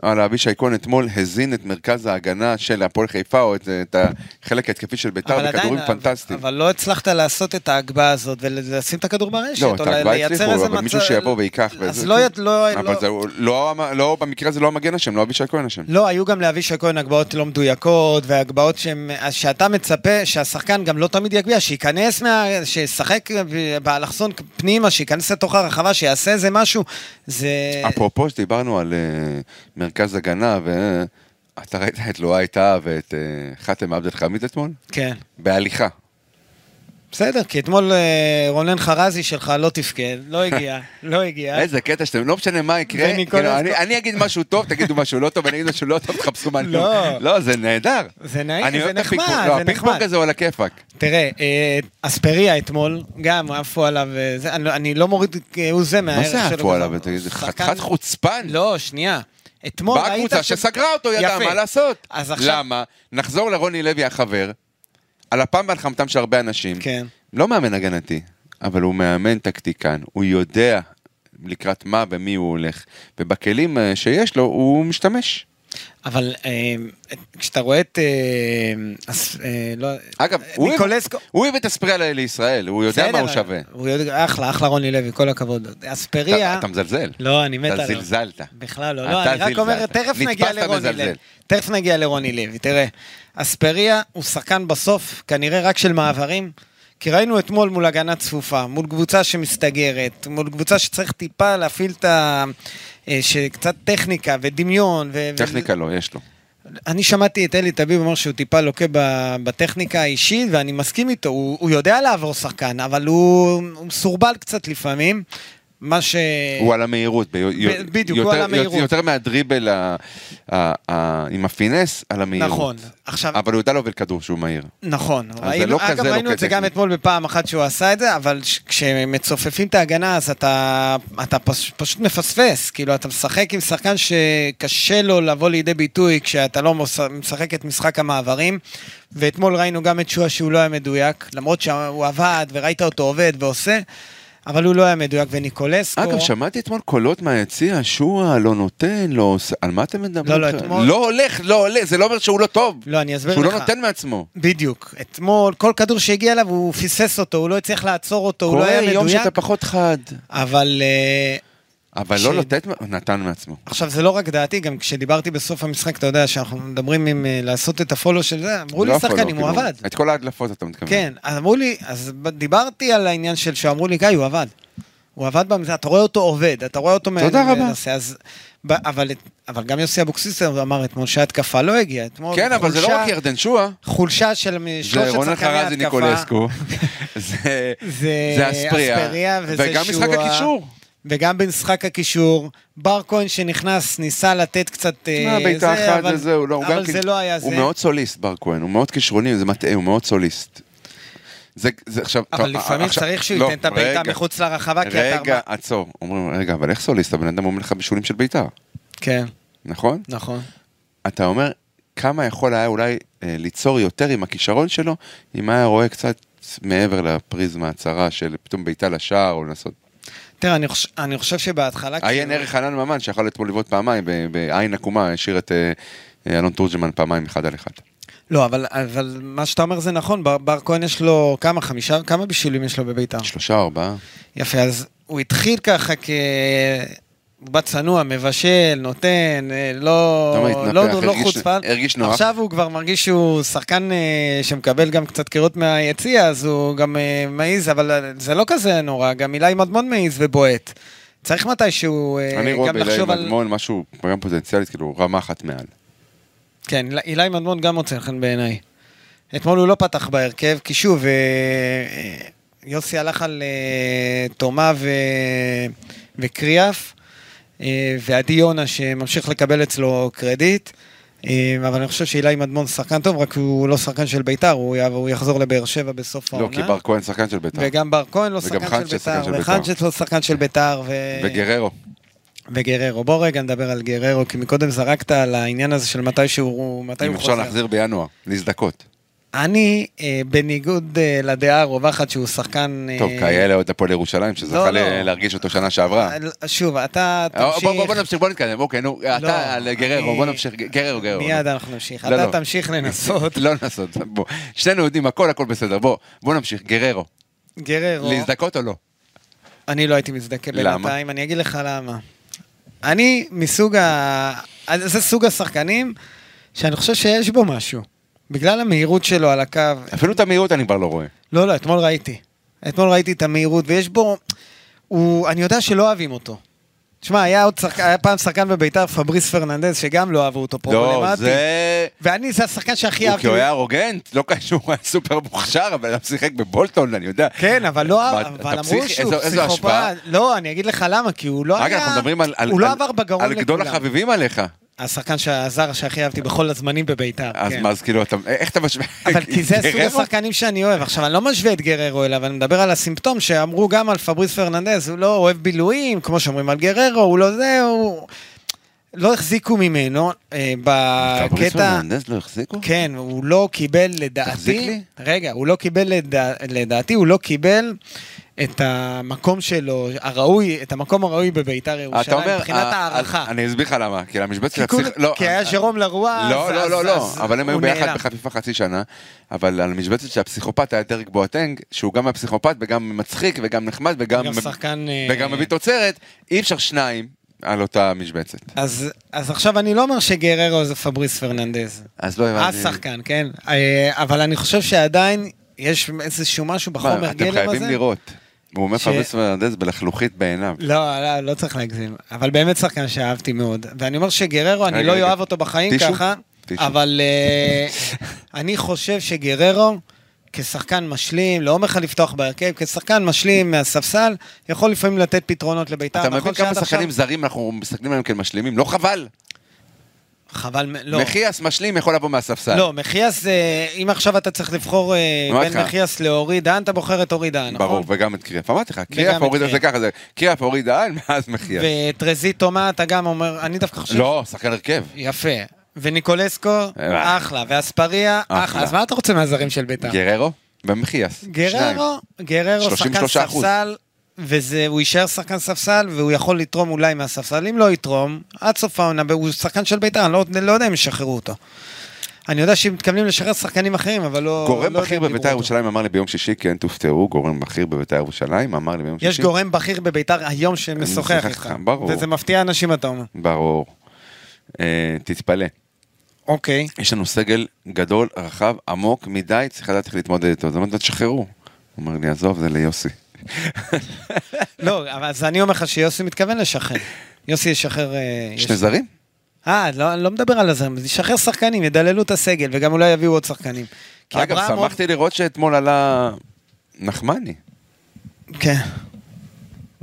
Speaker 3: אבל אבישי כהן אתמול הזין את מרכז ההגנה של הפועל חיפה, או את- את החלק ההתקפי של ביתר,
Speaker 2: אבל
Speaker 3: בכדורים
Speaker 2: עדיין,
Speaker 3: פנטסטיים.
Speaker 2: אבל לא הצלחת לעשות את ההגבהה הזאת ולשים את הכדור ברשת.
Speaker 3: לא,
Speaker 2: או
Speaker 3: את
Speaker 2: ל-
Speaker 3: ההגבהה
Speaker 2: לייצר
Speaker 3: הצליחו,
Speaker 2: איזה
Speaker 3: אבל מישהו
Speaker 2: מצב-
Speaker 3: שיבוא וייקח.
Speaker 2: אז
Speaker 3: וזה- כן.
Speaker 2: לא... י- לא, לא,
Speaker 3: אבל זה לא, לא, במקרה הזה לא המגן אשם, לא אבישי כהן אשם.
Speaker 2: לא, היו גם לאבישי כהן הגבהות לא מדויקות, והגבהות שהם, שאתה מצפה שהשחקן גם לא תמיד יגביה, שייכנס מה... שישחק באלכסון פנימה, שייכנס לתוך הרחבה, שיעשה איזה משהו. זה...
Speaker 3: אפרופו שדיברנו על אה, מרכז הגנה, ואתה ראית את לואי טאה ואת אה, חאתם עבד אל חמיד אתמול?
Speaker 2: כן.
Speaker 3: בהליכה.
Speaker 2: בסדר, כי אתמול אה, רונן חרזי שלך לא תפקד, לא הגיע, לא הגיע.
Speaker 3: איזה קטע שאתם, לא משנה מה יקרה,
Speaker 2: וניקולס-
Speaker 3: כאילו, אני- אני אגיד משהו טוב, תגידו משהו לא טוב, אני אגיד משהו לא טוב, תחפשו מה אני
Speaker 2: לא.
Speaker 3: טוב. לא, זה נהדר.
Speaker 2: זה
Speaker 3: אני
Speaker 2: נעים, זה
Speaker 3: אוהב את הפינג פונג,
Speaker 2: נחמד,
Speaker 3: לא,
Speaker 2: זה
Speaker 3: הפינג
Speaker 2: נחמד.
Speaker 3: פונג הזה הוא על הכיפאק.
Speaker 2: תראה, אה, אספריה אתמול, גם עפו עליו, אה, זה- אני- אני לא מוריד כהוא זה
Speaker 3: מה
Speaker 2: מהערך שלו.
Speaker 3: זה עפו
Speaker 2: כזה.
Speaker 3: עליו? תגיד, זה
Speaker 2: שחקן-
Speaker 3: חתיכת חוצפן.
Speaker 2: לא, שנייה. אתמול ראית...
Speaker 3: באה הקבוצה
Speaker 2: ש-
Speaker 3: שסגרה אותו, ידעה
Speaker 2: יפה.
Speaker 3: מה לעשות.
Speaker 2: אז עכשיו...
Speaker 3: למה? נחזור לרוני לוי החבר, על אפם ועל חמתם של הרבה אנשים.
Speaker 2: כן.
Speaker 3: לא מאמן הגנתי, אבל הוא מאמן טקטיקן, הוא יודע לקראת מה ומי הוא הולך, ובכלים אה, שיש לו הוא משתמש.
Speaker 2: אבל אה, כשאתה רואה את... אה, אס- אה, לא-
Speaker 3: אגב, הוא אוהב-
Speaker 2: ניקולסקו...
Speaker 3: הוא הביא את אספריה לישראל, הוא יודע מה הוא
Speaker 2: בסדר,
Speaker 3: שווה.
Speaker 2: הוא יודע, אחלה, אחלה רוני לוי, כל הכבוד.
Speaker 3: אתה
Speaker 2: אספריה...
Speaker 3: אתה מזלזל,
Speaker 2: לא, אני מת
Speaker 3: אתה
Speaker 2: עליו.
Speaker 3: זלזלת.
Speaker 2: בכלל לא.
Speaker 3: אתה
Speaker 2: לא, אני רק
Speaker 3: זלזלת.
Speaker 2: אומר, תכף
Speaker 3: נתפסת
Speaker 2: נגיע לרוני
Speaker 3: מזלזל.
Speaker 2: לוי. תכף נגיע לרוני לוי. תראה, אספריה הוא שחקן בסוף, כנראה רק של מעברים. כי ראינו אתמול מול הגנה צפופה, מול קבוצה שמסתגרת, מול קבוצה שצריך טיפה להפעיל את ה... אה, שקצת טכניקה ודמיון. ו...
Speaker 3: טכניקה לא, יש לו.
Speaker 2: אני שמעתי את אלי טביב אומר שהוא טיפה לוקה ב- בטכניקה האישית, ואני מסכים איתו, הוא, הוא יודע לעבור שחקן, אבל הוא, הוא מסורבל קצת לפעמים. מה ש...
Speaker 3: הוא על המהירות, ב- י-
Speaker 2: בדיוק, הוא
Speaker 3: יותר-
Speaker 2: על המהירות.
Speaker 3: יותר- יותר מהדריבל ה- ה- ה- עם הפינס, על המהירות.
Speaker 2: נכון. עכשיו,
Speaker 3: אבל הוא יודע להוביל כדור שהוא מהיר.
Speaker 2: נכון,
Speaker 3: זה
Speaker 2: ראינו,
Speaker 3: לא
Speaker 2: אגב
Speaker 3: כזה
Speaker 2: ראינו
Speaker 3: לא
Speaker 2: את זה
Speaker 3: כטכני.
Speaker 2: גם אתמול בפעם אחת שהוא עשה את זה, אבל ש- כשמצופפים את ההגנה אז אתה, אתה פש, פשוט מפספס, כאילו אתה משחק עם שחקן שקשה לו לבוא לידי ביטוי כשאתה לא מוס- משחק את משחק המעברים, ואתמול ראינו גם את שועה שהוא לא היה מדויק, למרות שהוא עבד וראית אותו עובד ועושה, אבל הוא לא היה מדויק, וניקולסקו...
Speaker 3: אגב, שמעתי אתמול קולות מהיציע, שועה לא נותן, לא עושה, על מה אתם מדברים?
Speaker 2: לא, לא, אתמול-
Speaker 3: לא הולך, לא הולך, זה לא אומר שהוא לא טוב.
Speaker 2: לא, אני אסביר לך.
Speaker 3: שהוא לא נותן מעצמו.
Speaker 2: בדיוק. אתמול, כל כדור שהגיע אליו, הוא פספס אותו, הוא לא הצליח לעצור אותו, הוא לא היה
Speaker 3: קורה יום
Speaker 2: מדויק,
Speaker 3: שאתה פחות חד.
Speaker 2: אבל... אה,
Speaker 3: אבל
Speaker 2: ש-
Speaker 3: לא לתת, מ- נתן מעצמו.
Speaker 2: עכשיו, זה לא רק דעתי, גם כשדיברתי בסוף המשחק, אתה יודע, שאנחנו מדברים עם אה, לעשות את הפולו של זה, אמרו לי
Speaker 3: לא יכול,
Speaker 2: שחקנים,
Speaker 3: לא,
Speaker 2: הוא
Speaker 3: כאילו,
Speaker 2: עבד.
Speaker 3: את כל ההדלפות אתה מתכוון.
Speaker 2: כן, אז אמרו לי, אז ב- דיברתי על העניין של שאמרו לי, גיא, הוא עבד. הוא עבד במזה, אתה רואה אותו עובד, אתה רואה אותו...
Speaker 3: תודה
Speaker 2: מ-
Speaker 3: רבה.
Speaker 2: מנסה, אז, ב- אבל, אבל גם יוסי אבוקסיס אמר אתמול שההתקפה לא הגיעה. אתמול
Speaker 3: כן, אבל זה לא
Speaker 2: חולשה-
Speaker 3: רק ירדן שועה.
Speaker 2: חולשה של מ-
Speaker 3: זה
Speaker 2: שלושת
Speaker 3: רונן
Speaker 2: שחקני
Speaker 3: חרזי
Speaker 2: ההתקפה,
Speaker 3: ניקולסקו, זה-
Speaker 2: זה
Speaker 3: זה אספריה,
Speaker 2: אספריה, וזה
Speaker 3: וגם משחק
Speaker 2: שועה.
Speaker 3: הקישור.
Speaker 2: וגם במשחק הקישור, בר כהן שנכנס, ניסה לתת קצת... אה,
Speaker 3: אה, בעיטה
Speaker 2: זה,
Speaker 3: אחת
Speaker 2: אבל-
Speaker 3: וזהו, לא, הוא גם
Speaker 2: אבל
Speaker 3: כן-
Speaker 2: זה לא היה זה.
Speaker 3: הוא מאוד סוליסט, בר כהן, הוא מאוד כישרוני, זה מטעה, הוא מאוד סוליסט. זה, זה עכשיו,
Speaker 2: אבל
Speaker 3: טוב,
Speaker 2: לפעמים
Speaker 3: עכשיו-
Speaker 2: צריך שהוא
Speaker 3: לא,
Speaker 2: ייתן את הבעיטה
Speaker 3: רגע,
Speaker 2: מחוץ לרחבה, כי אתה...
Speaker 3: רגע, עצור. אומרים, רגע, אבל איך סוליסט? הבן אדם אומר לך בישולים של בית"ר,
Speaker 2: כן,
Speaker 3: נכון?
Speaker 2: נכון.
Speaker 3: אתה אומר, כמה יכול היה אולי אה, ליצור יותר עם הכישרון שלו, אם היה רואה קצת מעבר לפריזמה הצרה של פתאום בעיטה לשער, או לנסות...
Speaker 2: תראה, אני חוש- אני חושב שבהתחלה... כאילו-
Speaker 3: עיין
Speaker 2: כשהוא-
Speaker 3: ערך חנן ממן, שיכול אתמול לבעוט פעמיים, ב- בעין עקומה, השאיר את אה, אה, אלון תורג'מן פעמיים אחד על אחד.
Speaker 2: לא, אבל- אבל מה שאתה אומר זה נכון, בר- בר כהן יש לו כמה, חמישה, כמה בישולים יש לו בביתר?
Speaker 3: שלושה, ארבעה.
Speaker 2: יפה, אז הוא התחיל ככה כ... הוא בא צנוע, מבשל, נותן, אה, לא,
Speaker 3: למה התנפח?
Speaker 2: לא, לא
Speaker 3: הרגיש-
Speaker 2: חוצפן.
Speaker 3: הרגיש נוח.
Speaker 2: עכשיו הוא כבר מרגיש שהוא שחקן אה, שמקבל גם קצת קריאות מהיציע, אז הוא גם אה, מעיז, אבל אה, זה לא כזה נורא, גם אילי מדמון מעיז ובועט. צריך מתישהו אה,
Speaker 3: אני רואה
Speaker 2: גם לחשוב
Speaker 3: באילי
Speaker 2: על...
Speaker 3: מדמון משהו, גם פוטנציאלית, כאילו, רמה אחת מעל.
Speaker 2: כן, אילי מדמון גם מוצא חן בעיניי. אתמול הוא לא פתח בהרכב, כי שוב, אה, אה, יוסי הלך על אה, תומה ו... וקריאף, אה, ועדי יונה שממשיך לקבל אצלו קרדיט, אה, אבל אני חושב שאילי מדמון שחקן טוב, רק הוא לא שחקן של בית"ר, הוא, יע- הוא יחזור לבאר שבע בסוף
Speaker 3: לא,
Speaker 2: העונה.
Speaker 3: כי בר כהן שחקן של בית"ר.
Speaker 2: וגם בר כהן לא
Speaker 3: וגם
Speaker 2: שחקן
Speaker 3: חנצ'ס
Speaker 2: של
Speaker 3: שחקן
Speaker 2: בית"ר,
Speaker 3: של בית"ר.
Speaker 2: וחנצ'ס לא שחקן של בית"ר, ו...
Speaker 3: וגררו.
Speaker 2: וגררו. בוא רגע נדבר על גררו, כי מקודם זרקת על העניין הזה של מתי שהוא, מתי
Speaker 3: אם
Speaker 2: הוא
Speaker 3: אפשר
Speaker 2: חוזר.
Speaker 3: להחזיר בינואר, להזדכות.
Speaker 2: אני, אה, בניגוד אה, לדעה הרווחת שהוא שחקן... אה,
Speaker 3: טוב, כאלה עוד הפועל ירושלים,
Speaker 2: לא,
Speaker 3: שזכה ל-
Speaker 2: לא.
Speaker 3: להרגיש אותו שנה שעברה.
Speaker 2: אה, שוב, אתה
Speaker 3: אה, בוא- בוא בוא
Speaker 2: תמשיך... לא,
Speaker 3: נמשיך, בוא נתקדם, אוקיי, נו, אתה על גררו,
Speaker 2: אני-
Speaker 3: בוא נמשיך, גררו, גררו.
Speaker 2: מיד אנחנו נמשיך.
Speaker 3: לא,
Speaker 2: אתה
Speaker 3: לא.
Speaker 2: תמשיך לנסות.
Speaker 3: לא לנסות, בוא. שנינו יודעים הכל, הכל בסדר, בוא, בוא נמשיך, גררו.
Speaker 2: גררו,
Speaker 3: להזדכות או לא?
Speaker 2: אני לא הייתי מזדכה
Speaker 3: למה?
Speaker 2: בינתיים, אני אגיד לך למה. אני מסוג ה... אז זה סוג השחקנים שאני חושב שיש בו משהו. בגלל המהירות שלו על הקו,
Speaker 3: אפילו את המהירות אני כבר לא רואה.
Speaker 2: לא, לא, אתמול ראיתי. אתמול ראיתי את המהירות, ויש בו... הוא, אני יודע שלא אוהבים אותו. שמע, היה עוד שחק- היה פעם שחקן בביתר, פבריס פרננדז, שגם לא אהבו אותו
Speaker 3: לא,
Speaker 2: פרובלמטי.
Speaker 3: זה...
Speaker 2: ואני, זה השחקן שהכי
Speaker 3: הוא
Speaker 2: אהבתי.
Speaker 3: כי הוא היה ארוגנט, לא קשור, הוא היה סופר מוכשר, אבל הוא שיחק בבולטון, אני יודע.
Speaker 2: כן, אבל לא,
Speaker 3: מה, אתה
Speaker 2: אבל אמרו
Speaker 3: פסיכי?
Speaker 2: שהוא
Speaker 3: איזו- איזו השפעה?
Speaker 2: פסיכופת. לא, אני אגיד לך למה, כי הוא לא היה...
Speaker 3: רגע, אנחנו מדברים על... על-
Speaker 2: הוא לא
Speaker 3: על-
Speaker 2: עבר בגרון
Speaker 3: על
Speaker 2: לכולם.
Speaker 3: גדול החביבים עליך.
Speaker 2: השחקן שהזר שהכי אהבתי בכל הזמנים בביתר.
Speaker 3: אז
Speaker 2: כן.
Speaker 3: מה, אז כאילו, אתה- איך אתה משווה?
Speaker 2: אבל כי זה סוג
Speaker 3: גררו?
Speaker 2: השחקנים שאני אוהב. עכשיו, אני לא משווה את גררו אליו, אני מדבר על הסימפטום שאמרו גם על פבריס פרננדז, הוא לא אוהב בילויים, כמו שאומרים על גררו, הוא לא זה, הוא... לא החזיקו ממנו אה,
Speaker 3: פבריס
Speaker 2: בקטע...
Speaker 3: פרננדז לא החזיקו?
Speaker 2: כן, הוא לא קיבל
Speaker 3: תחזיק
Speaker 2: לדעתי,
Speaker 3: לי.
Speaker 2: רגע, הוא לא קיבל לדע, לדעתי, הוא לא קיבל את המקום שלו, הראוי, את המקום הראוי בביתר
Speaker 3: אתה
Speaker 2: ירושלים,
Speaker 3: אומר...
Speaker 2: מבחינת
Speaker 3: אה,
Speaker 2: הערכה.
Speaker 3: אה, אני אסביר לך למה, כי למשבצת...
Speaker 2: כי, כול,
Speaker 3: הפסיכ- לא,
Speaker 2: כי היה
Speaker 3: אה,
Speaker 2: ז'רום לרוע,
Speaker 3: לא,
Speaker 2: אז-
Speaker 3: לא,
Speaker 2: אז-
Speaker 3: לא, לא,
Speaker 2: אז
Speaker 3: אבל הם היו
Speaker 2: הוא
Speaker 3: ביחד
Speaker 2: נעלם.
Speaker 3: בחפיפה חצי שנה, אבל על המשבצת שהפסיכופת היה דרג בואטנג, שהוא גם היה פסיכופת וגם מצחיק וגם נחמד וגם...
Speaker 2: גם שחקן, אה,
Speaker 3: וגם מביא תוצרת, אי אפשר שניים על אותה משבצת.
Speaker 2: אז, אז עכשיו אני לא אומר שגררו זה פבריס פרננדז.
Speaker 3: אז לא הבנתי.
Speaker 2: השחקן, כן. אה, אבל אני חושב שעדיין יש איזשהו משהו
Speaker 3: מה,
Speaker 2: בחומר
Speaker 3: אתם
Speaker 2: גלם
Speaker 3: חייבים
Speaker 2: הזה.
Speaker 3: לראות. הוא אומר
Speaker 2: ש-
Speaker 3: פרנס פרננדס בלחלוכית בעיניו.
Speaker 2: לא, לא, לא צריך להגזים. אבל באמת שחקן שאהבתי מאוד. ואני אומר שגררו, אני
Speaker 3: רגע,
Speaker 2: לא
Speaker 3: רגע.
Speaker 2: אוהב אותו בחיים
Speaker 3: טישו?
Speaker 2: ככה,
Speaker 3: טישו.
Speaker 2: אבל אה, אני חושב שגררו, כשחקן משלים, לא אומר לך לפתוח בהרכב, כשחקן משלים מהספסל, יכול לפעמים לתת פתרונות לביתר.
Speaker 3: אתה
Speaker 2: נכון
Speaker 3: מבין
Speaker 2: שעד
Speaker 3: כמה שחקנים
Speaker 2: עכשיו-
Speaker 3: זרים אנחנו מסתכלים עליהם כמשלימים? לא חבל.
Speaker 2: חבל, מ- לא.
Speaker 3: מחיאס משלים יכול לבוא מהספסל.
Speaker 2: לא, מחיאס, אה, אם עכשיו אתה צריך לבחור אה,
Speaker 3: אמרתי
Speaker 2: בין
Speaker 3: לך.
Speaker 2: מחיאס לאורי דהן, אתה בוחר את אורי דהן, נכון?
Speaker 3: ברור, וגם את קריאף. אמרתי לך, קריאף
Speaker 2: את
Speaker 3: הוריד את זה
Speaker 2: קריאף.
Speaker 3: ככה, זה קריאף הוריד העין, מאז מחיאס.
Speaker 2: וטרזיטו, מה אתה גם אומר? אני דווקא חושב...
Speaker 3: לא, שחקן הרכב.
Speaker 2: יפה. וניקולסקו,
Speaker 3: אה.
Speaker 2: אחלה. ואספריה,
Speaker 3: אחלה.
Speaker 2: אחלה. אז מה אתה רוצה מהזרים של בית"ר?
Speaker 3: גררו ומחיאס. שניים.
Speaker 2: גררו, לא גררו שחקן
Speaker 3: 33%.
Speaker 2: ספסל, והוא יישאר שחקן ספסל, והוא יכול לתרום אולי מהספסל. אם לא יתרום, עד סוף העונה, הוא שחקן של בית"ר, אני לא- לא יודע אם ישחררו אותו. אני יודע שהם מתכוונים לשחרר שחקנים אחרים, אבל לא...
Speaker 3: גורם
Speaker 2: לא יודע
Speaker 3: בכיר
Speaker 2: אם דיברו
Speaker 3: בבית"ר
Speaker 2: אותו.
Speaker 3: ירושלים אמר לי ביום שישי, כן תופתעו, גורם בכיר בבית"ר ירושלים אמר לי ביום שישי.
Speaker 2: יש גורם בכיר בבית"ר היום שמשוחח
Speaker 3: משוחח
Speaker 2: איתך.
Speaker 3: איתך, ברור.
Speaker 2: וזה מפתיע אנשים, אתה אומר.
Speaker 3: ברור. אה, תתפלא.
Speaker 2: אוקיי.
Speaker 3: יש לנו סגל גדול, רחב, עמוק, מדי, צריך לדעת איך להתמודד איתו. אז אמרתי, תשחררו. הוא אומר לי, עזוב, זה ליוסי.
Speaker 2: לא, אבל אז אני אומר לך שיוסי מתכוון לשחרר. יוסי ישחרר... אה, יש-
Speaker 3: שני זרים?
Speaker 2: אה, לא, אני לא מדבר על הזרים, אז ישחרר שחקנים, ידללו את הסגל, וגם אולי יביאו עוד שחקנים. כי
Speaker 3: אגב,
Speaker 2: אברמוב-
Speaker 3: שמחתי לראות שאתמול עלה נחמני.
Speaker 2: כן.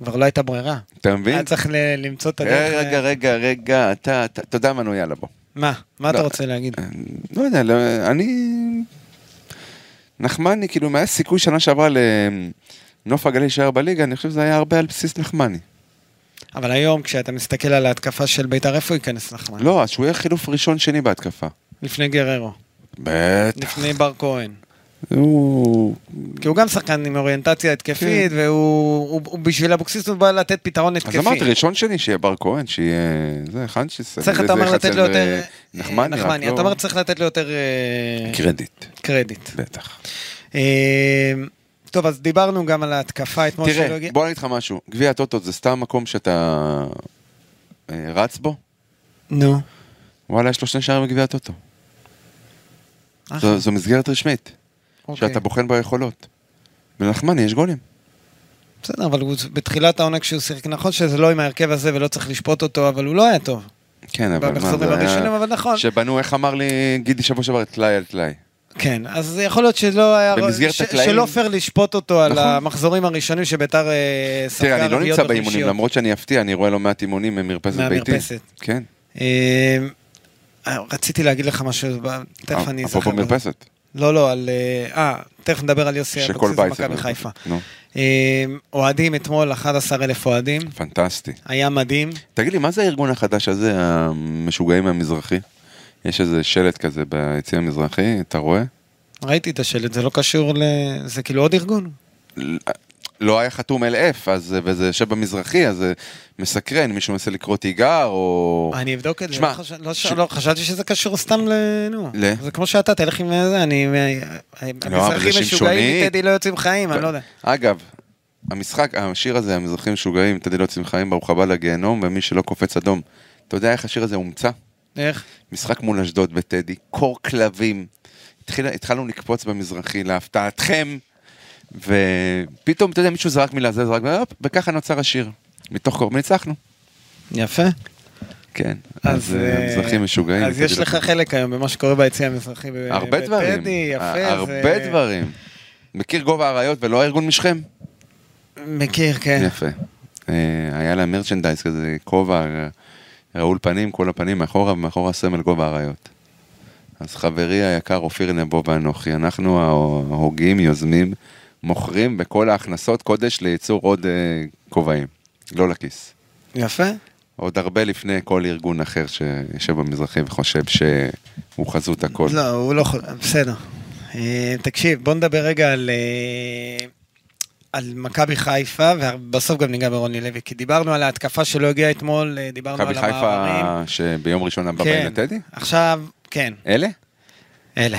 Speaker 2: כבר לא הייתה ברירה.
Speaker 3: אתה מבין?
Speaker 2: היה צריך ל- למצוא את הדרך... אה,
Speaker 3: רגע, רגע, רגע, רגע, אתה, אתה, אתה יודע מה, נו, יאללה, בוא.
Speaker 2: מה? מה אתה
Speaker 3: לא.
Speaker 2: רוצה להגיד?
Speaker 3: אה, לא יודע, לא, אני... נחמני, כאילו, אם היה סיכוי שנה שעברה לנוף הגליל להישאר בליגה, אני חושב שזה היה הרבה על בסיס נחמני.
Speaker 2: אבל היום, כשאתה מסתכל על ההתקפה של בית"ר, איפה ייכנס נחמן?
Speaker 3: לא, אז שהוא יהיה חילוף ראשון-שני בהתקפה.
Speaker 2: לפני גררו,
Speaker 3: בטח.
Speaker 2: לפני בר כהן.
Speaker 3: הוא...
Speaker 2: כי הוא גם שחקן עם אוריינטציה התקפית, והוא הוא- הוא בשביל אבוקסיס הוא בא לתת פתרון
Speaker 3: כן. אז
Speaker 2: התקפי.
Speaker 3: אמרתי, ראשון שני שיהיה בר כהן, שיהיה... זה, חנצ'ס.
Speaker 2: צריך,
Speaker 3: זה-
Speaker 2: אתה
Speaker 3: זה
Speaker 2: אומר,
Speaker 3: יחסל,
Speaker 2: לתת לו יותר...
Speaker 3: אה, נחמני, רק
Speaker 2: נחמני,
Speaker 3: לא-
Speaker 2: אתה אומר, צריך לתת לו יותר אה,
Speaker 3: קרדיט,
Speaker 2: קרדיט.
Speaker 3: בטח.
Speaker 2: אה, טוב, אז דיברנו גם על ההתקפה אתמול שלא
Speaker 3: תראה,
Speaker 2: הגיע.
Speaker 3: בוא אני אגיד לך משהו. גביע הטוטו זה סתם מקום שאתה אה, רץ בו?
Speaker 2: נו.
Speaker 3: וואלה, יש לו שני שערים בגביע הטוטו.
Speaker 2: אחלה,
Speaker 3: זו- זו מסגרת רשמית,
Speaker 2: אוקיי.
Speaker 3: שאתה בוחן בה יכולות. ולנחמני יש גולים.
Speaker 2: בסדר, אבל הוא- בתחילת העונה כשהוא שיחק, נכון שזה לא עם ההרכב הזה ולא צריך לשפוט אותו, אבל הוא לא היה טוב.
Speaker 3: כן, אבל מה
Speaker 2: במחזורים
Speaker 3: זה
Speaker 2: הראשונים,
Speaker 3: היה...
Speaker 2: אבל נכון.
Speaker 3: שבנו, איך אמר לי גידי שבוע שעבר, את טלאי על טלאי.
Speaker 2: כן, אז זה יכול להיות שלא היה...
Speaker 3: במסגרת
Speaker 2: ש-
Speaker 3: הקלעים.
Speaker 2: שלא פייר לשפוט אותו על
Speaker 3: נכון.
Speaker 2: המחזורים הראשונים שביתר אה, ספגה
Speaker 3: תראה, אני לא
Speaker 2: רביעיות
Speaker 3: נמצא באימונים,
Speaker 2: וחמישיות.
Speaker 3: למרות שאני אפתיע, אני רואה לא מעט אימונים ממרפסת ביתי.
Speaker 2: מהמרפסת.
Speaker 3: כן.
Speaker 2: אה, רציתי להגיד לך משהו, ב- תכף אני אזכר.
Speaker 3: אה, אפרופו מרפסת.
Speaker 2: לא, לא, על... אה, אה, תכף נדבר על יוסי
Speaker 3: שכל
Speaker 2: אבוקסיס
Speaker 3: בית זה
Speaker 2: במכבי
Speaker 3: מרפסת.
Speaker 2: חיפה.
Speaker 3: נו.
Speaker 2: אה, אוהדים אתמול, 11,000 אוהדים,
Speaker 3: פנטסטי.
Speaker 2: היה מדהים.
Speaker 3: תגיד לי, מה זה הארגון החדש הזה, המשוגעים מהמזרחי? יש איזה שלט כזה ביציא המזרחי, אתה רואה?
Speaker 2: ראיתי את השלט, זה לא קשור ל... זה כאילו עוד ארגון.
Speaker 3: ל- לא היה חתום אל אף, אז, וזה יושב במזרחי, אז זה מסקרן, מישהו מנסה לקרוא תיגר, או...
Speaker 2: אני אבדוק את זה,
Speaker 3: שמע,
Speaker 2: לא חשב- לא ש-
Speaker 3: ש-
Speaker 2: לא, חשבתי שזה קשור סתם ל... נו.
Speaker 3: ל? לא,
Speaker 2: זה כמו שאתה, תלך עם אה, זה, אני... המזרחים
Speaker 3: אנשים
Speaker 2: משוגעים,
Speaker 3: שונים.
Speaker 2: טדי לא יוצאים חיים, אני לא יודע.
Speaker 3: אגב, המשחק, השיר הזה, המזרחים משוגעים, טדי לא יוצאים חיים, ברוך הבא לגיהנום, ומי שלא קופץ אדום. אתה יודע איך השיר הזה הומצא?
Speaker 2: איך?
Speaker 3: משחק מול אשדוד בטדי, קור כלבים. התחיל, התחלנו לקפוץ במזרחי, להפתעתכם, ופתאום, אתה יודע, מישהו זרק מילה, זה זרק מילה, הופ, וככה נוצר השיר. מתוך קור, וניצחנו.
Speaker 2: יפה.
Speaker 3: כן, אז אה, המזרחים משוגעים.
Speaker 2: אז יש
Speaker 3: כדי
Speaker 2: לך
Speaker 3: לקחת.
Speaker 2: חלק היום במה שקורה ביציע המזרחי. ב-
Speaker 3: הרבה דברים.
Speaker 2: בטדי, יפה. אה,
Speaker 3: ה- הרבה
Speaker 2: זה-
Speaker 3: דברים. מכיר גובה האריות ולא הארגון משכם?
Speaker 2: מכיר, כן.
Speaker 3: יפה. אה, היה להם מרצ'נדייז כזה, כובע, אה, רעול פנים, כל הפנים מאחורה, ומאחורה סמל גובה האריות. אז חברי היקר אופיר נבו ואנוכי, אנחנו ההוגים, יוזמים, מוכרים בכל ההכנסות קודש לייצור עוד אה, כובעים, לא לכיס.
Speaker 2: יפה.
Speaker 3: עוד הרבה לפני כל ארגון אחר שיושב במזרחי וחושב שהוא חזות הכל.
Speaker 2: לא, הוא לא יכול, בסדר. אה, תקשיב, בוא נדבר רגע על... אה, על מכבי חיפה, ובסוף גם ניגע ברוני לוי, כי דיברנו על ההתקפה שלא הגיעה אתמול, אה, דיברנו על
Speaker 3: מכבי
Speaker 2: המעברים.
Speaker 3: חיפה שביום ראשון הבא באים
Speaker 2: כן.
Speaker 3: לטדי?
Speaker 2: עכשיו, כן,
Speaker 3: אלה?
Speaker 2: אלה.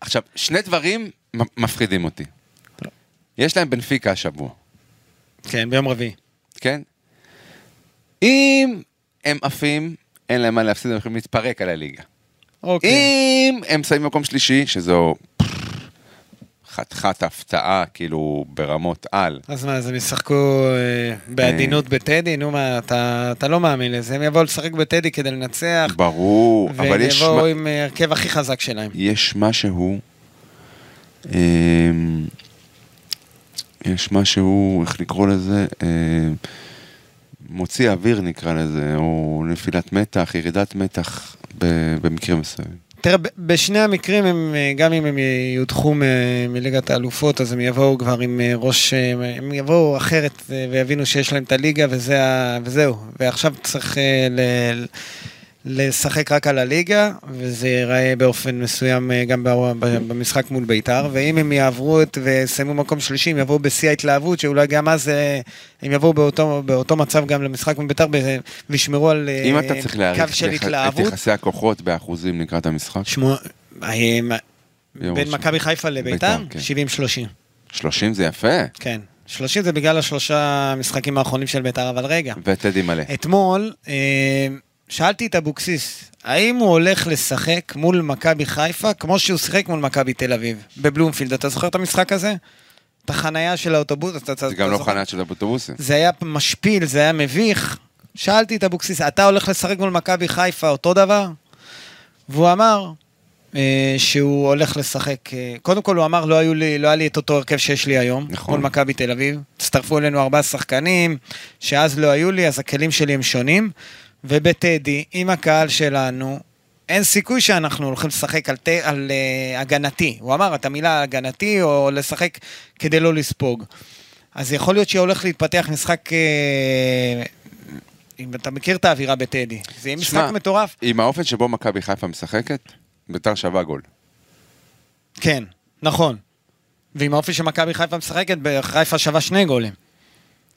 Speaker 3: עכשיו, שני דברים מ- מפחידים אותי. יש להם בנפיקה השבוע,
Speaker 2: כן, ביום רביעי.
Speaker 3: כן? אם הם עפים, אין להם מה להפסיד, הם יכולים להתפרק על הליגה.
Speaker 2: אוקיי.
Speaker 3: אם הם שמים מקום שלישי, שזו חתיכת הפתעה, כאילו, ברמות על.
Speaker 2: אז מה, אז הם ישחקו אה, בעדינות בטדי? נו מה, אתה אתה לא מאמין לזה. הם יבואו לשחק בטדי כדי לנצח,
Speaker 3: ברור, אבל
Speaker 2: והם
Speaker 3: יש...
Speaker 2: יבואו
Speaker 3: מה-
Speaker 2: עם אה, הרכב הכי חזק שלהם.
Speaker 3: יש משהו, אמ, יש משהו, איך לקרוא לזה, אמ, מוציא אוויר נקרא לזה, או נפילת מתח, ירידת מתח ב- במקרים מסוימים.
Speaker 2: תראה, ב- בשני המקרים, הם, אה, גם אם הם יודחו מ- מליגת האלופות, אז הם יבואו כבר עם אה, ראש, אה, הם יבואו אחרת אה, ויבינו שיש להם את הליגה וזה, ה- וזהו. ועכשיו צריך אה, ל- לשחק רק על הליגה, וזה ייראה באופן מסוים אה, גם ב- ב- במשחק מול בית"ר, ואם הם יעברו את ויסיימו מקום שלישי, הם יבואו בשיא ההתלהבות, שאולי גם אז אה, הם יבואו באותו, באותו מצב גם למשחק מול בית"ר, ב- וישמרו על אה,
Speaker 3: אם אתה צריך
Speaker 2: קו
Speaker 3: להעריך
Speaker 2: של
Speaker 3: יח- את
Speaker 2: התלהבות.
Speaker 3: יחסי הכוחות באחוזים לקראת המשחק,
Speaker 2: שמוע... אה, מה-
Speaker 3: יום
Speaker 2: בין
Speaker 3: ראשון.
Speaker 2: מכבי חיפה לביתר?
Speaker 3: ביתר, כן.
Speaker 2: 70-30.
Speaker 3: 30 זה יפה,
Speaker 2: כן. 30 זה בגלל השלושה משחקים האחרונים של ביתר, אבל רגע.
Speaker 3: וטדי מלא.
Speaker 2: אתמול אה, שאלתי את אבוקסיס, האם הוא הולך לשחק מול מכבי חיפה כמו שהוא שיחק מול מכבי תל אביב, בבלומפילד. אתה זוכר את המשחק הזה? את החנייה של האוטובוס? אתה- אתה-
Speaker 3: זה
Speaker 2: אתה
Speaker 3: גם לא
Speaker 2: זוכר?
Speaker 3: חניית של אוטובוסים.
Speaker 2: זה היה משפיל, זה היה מביך. שאלתי את אבוקסיס, אתה הולך לשחק מול מכבי חיפה אותו דבר? והוא אמר אה, שהוא הולך לשחק. אה, קודם כל הוא אמר, לא, היו לי, לא היה לי את אותו הרכב שיש לי היום,
Speaker 3: נכון.
Speaker 2: מול מכבי תל אביב. הצטרפו אלינו ארבעה שחקנים, שאז לא היו לי, אז הכלים שלי הם שונים. ובטדי, עם הקהל שלנו, אין סיכוי שאנחנו הולכים לשחק על, ת... על uh, הגנתי. הוא אמר את המילה הגנתי, או לשחק כדי לא לספוג. אז יכול להיות שהולך להתפתח משחק... אה, אם אתה מכיר את האווירה בטדי, זה יהיה משחק
Speaker 3: שמע,
Speaker 2: מטורף.
Speaker 3: עם האופן שבו מכבי חיפה משחקת, ביתר שווה גול.
Speaker 2: כן, נכון. ועם האופי שמכבי חיפה משחקת, חיפה שווה שני גולים.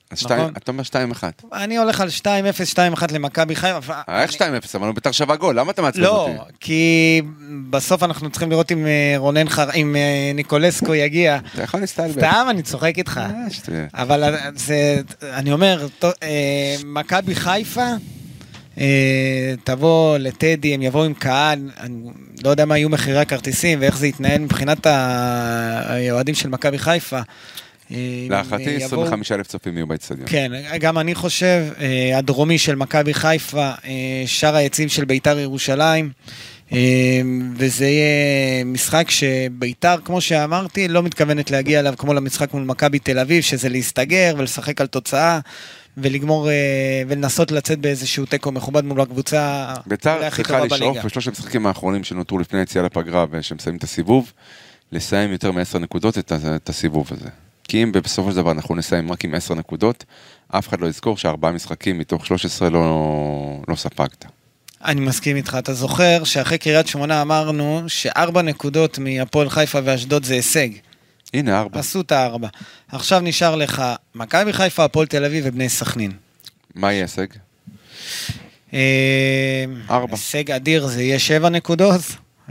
Speaker 3: אז שתיים-
Speaker 2: נכון.
Speaker 3: אתה אומר 2-1.
Speaker 2: אני הולך על 2-0, 2-1 למכבי חיפה. אבל-
Speaker 3: אה, איך 2-0? אמרנו ביתר שווה גול, למה אתה מעצבן
Speaker 2: לא,
Speaker 3: אותי?
Speaker 2: כי בסוף אנחנו צריכים לראות אם אה, רונן חר... אם אה, ניקולסקו יגיע.
Speaker 3: אתה יכול להסתלבט.
Speaker 2: סתם, אני צוחק איתך.
Speaker 3: אה, שטויות.
Speaker 2: אבל אה, זה, אני אומר, טוב, אה, מכבי חיפה, אה, תבוא לטדי, הם יבואו עם קהל, אני לא יודע מה יהיו מחירי הכרטיסים ואיך זה יתנהל מבחינת ה- האוהדים של מכבי חיפה. אה, אם הם, אה,
Speaker 3: להערכתי
Speaker 2: יבואו-
Speaker 3: 25,000 צופים יהיו באצטדיון.
Speaker 2: כן, גם אני חושב, אה, הדרומי של מכבי חיפה, אה, שער היציב של ביתר ירושלים, אה, וזה יהיה משחק שביתר, כמו שאמרתי, לא מתכוונת להגיע אליו כמו למשחק מול מכבי תל אביב, שזה להסתגר ולשחק על תוצאה. ולגמור אה, ולנסות לצאת באיזשהו תיקו מכובד מול הקבוצה אולי
Speaker 3: ביתר
Speaker 2: הכי
Speaker 3: צריכה
Speaker 2: טובה
Speaker 3: לשאוף
Speaker 2: בליגה.
Speaker 3: בשלושת המשחקים האחרונים שנותרו לפני היציאה לפגרה ושמסיימים את הסיבוב, לסיים יותר מ-10 נקודות את ה- את הסיבוב הזה. כי אם בסופו של דבר אנחנו נסיים רק עם 10 נקודות, אף אחד לא יזכור שארבעה משחקים מתוך 13 לא לא ספגת.
Speaker 2: אני מסכים איתך. אתה זוכר שאחרי קריית שמונה אמרנו שארבע נקודות מהפועל חיפה ואשדוד זה הישג.
Speaker 3: הנה ארבע.
Speaker 2: עשו את הארבע. עכשיו נשאר לך מכבי חיפה, הפועל תל אביב ובני סכנין.
Speaker 3: מה יהיה הישג?
Speaker 2: אה,
Speaker 3: ארבע.
Speaker 2: הישג אדיר זה יהיה שבע נקודות.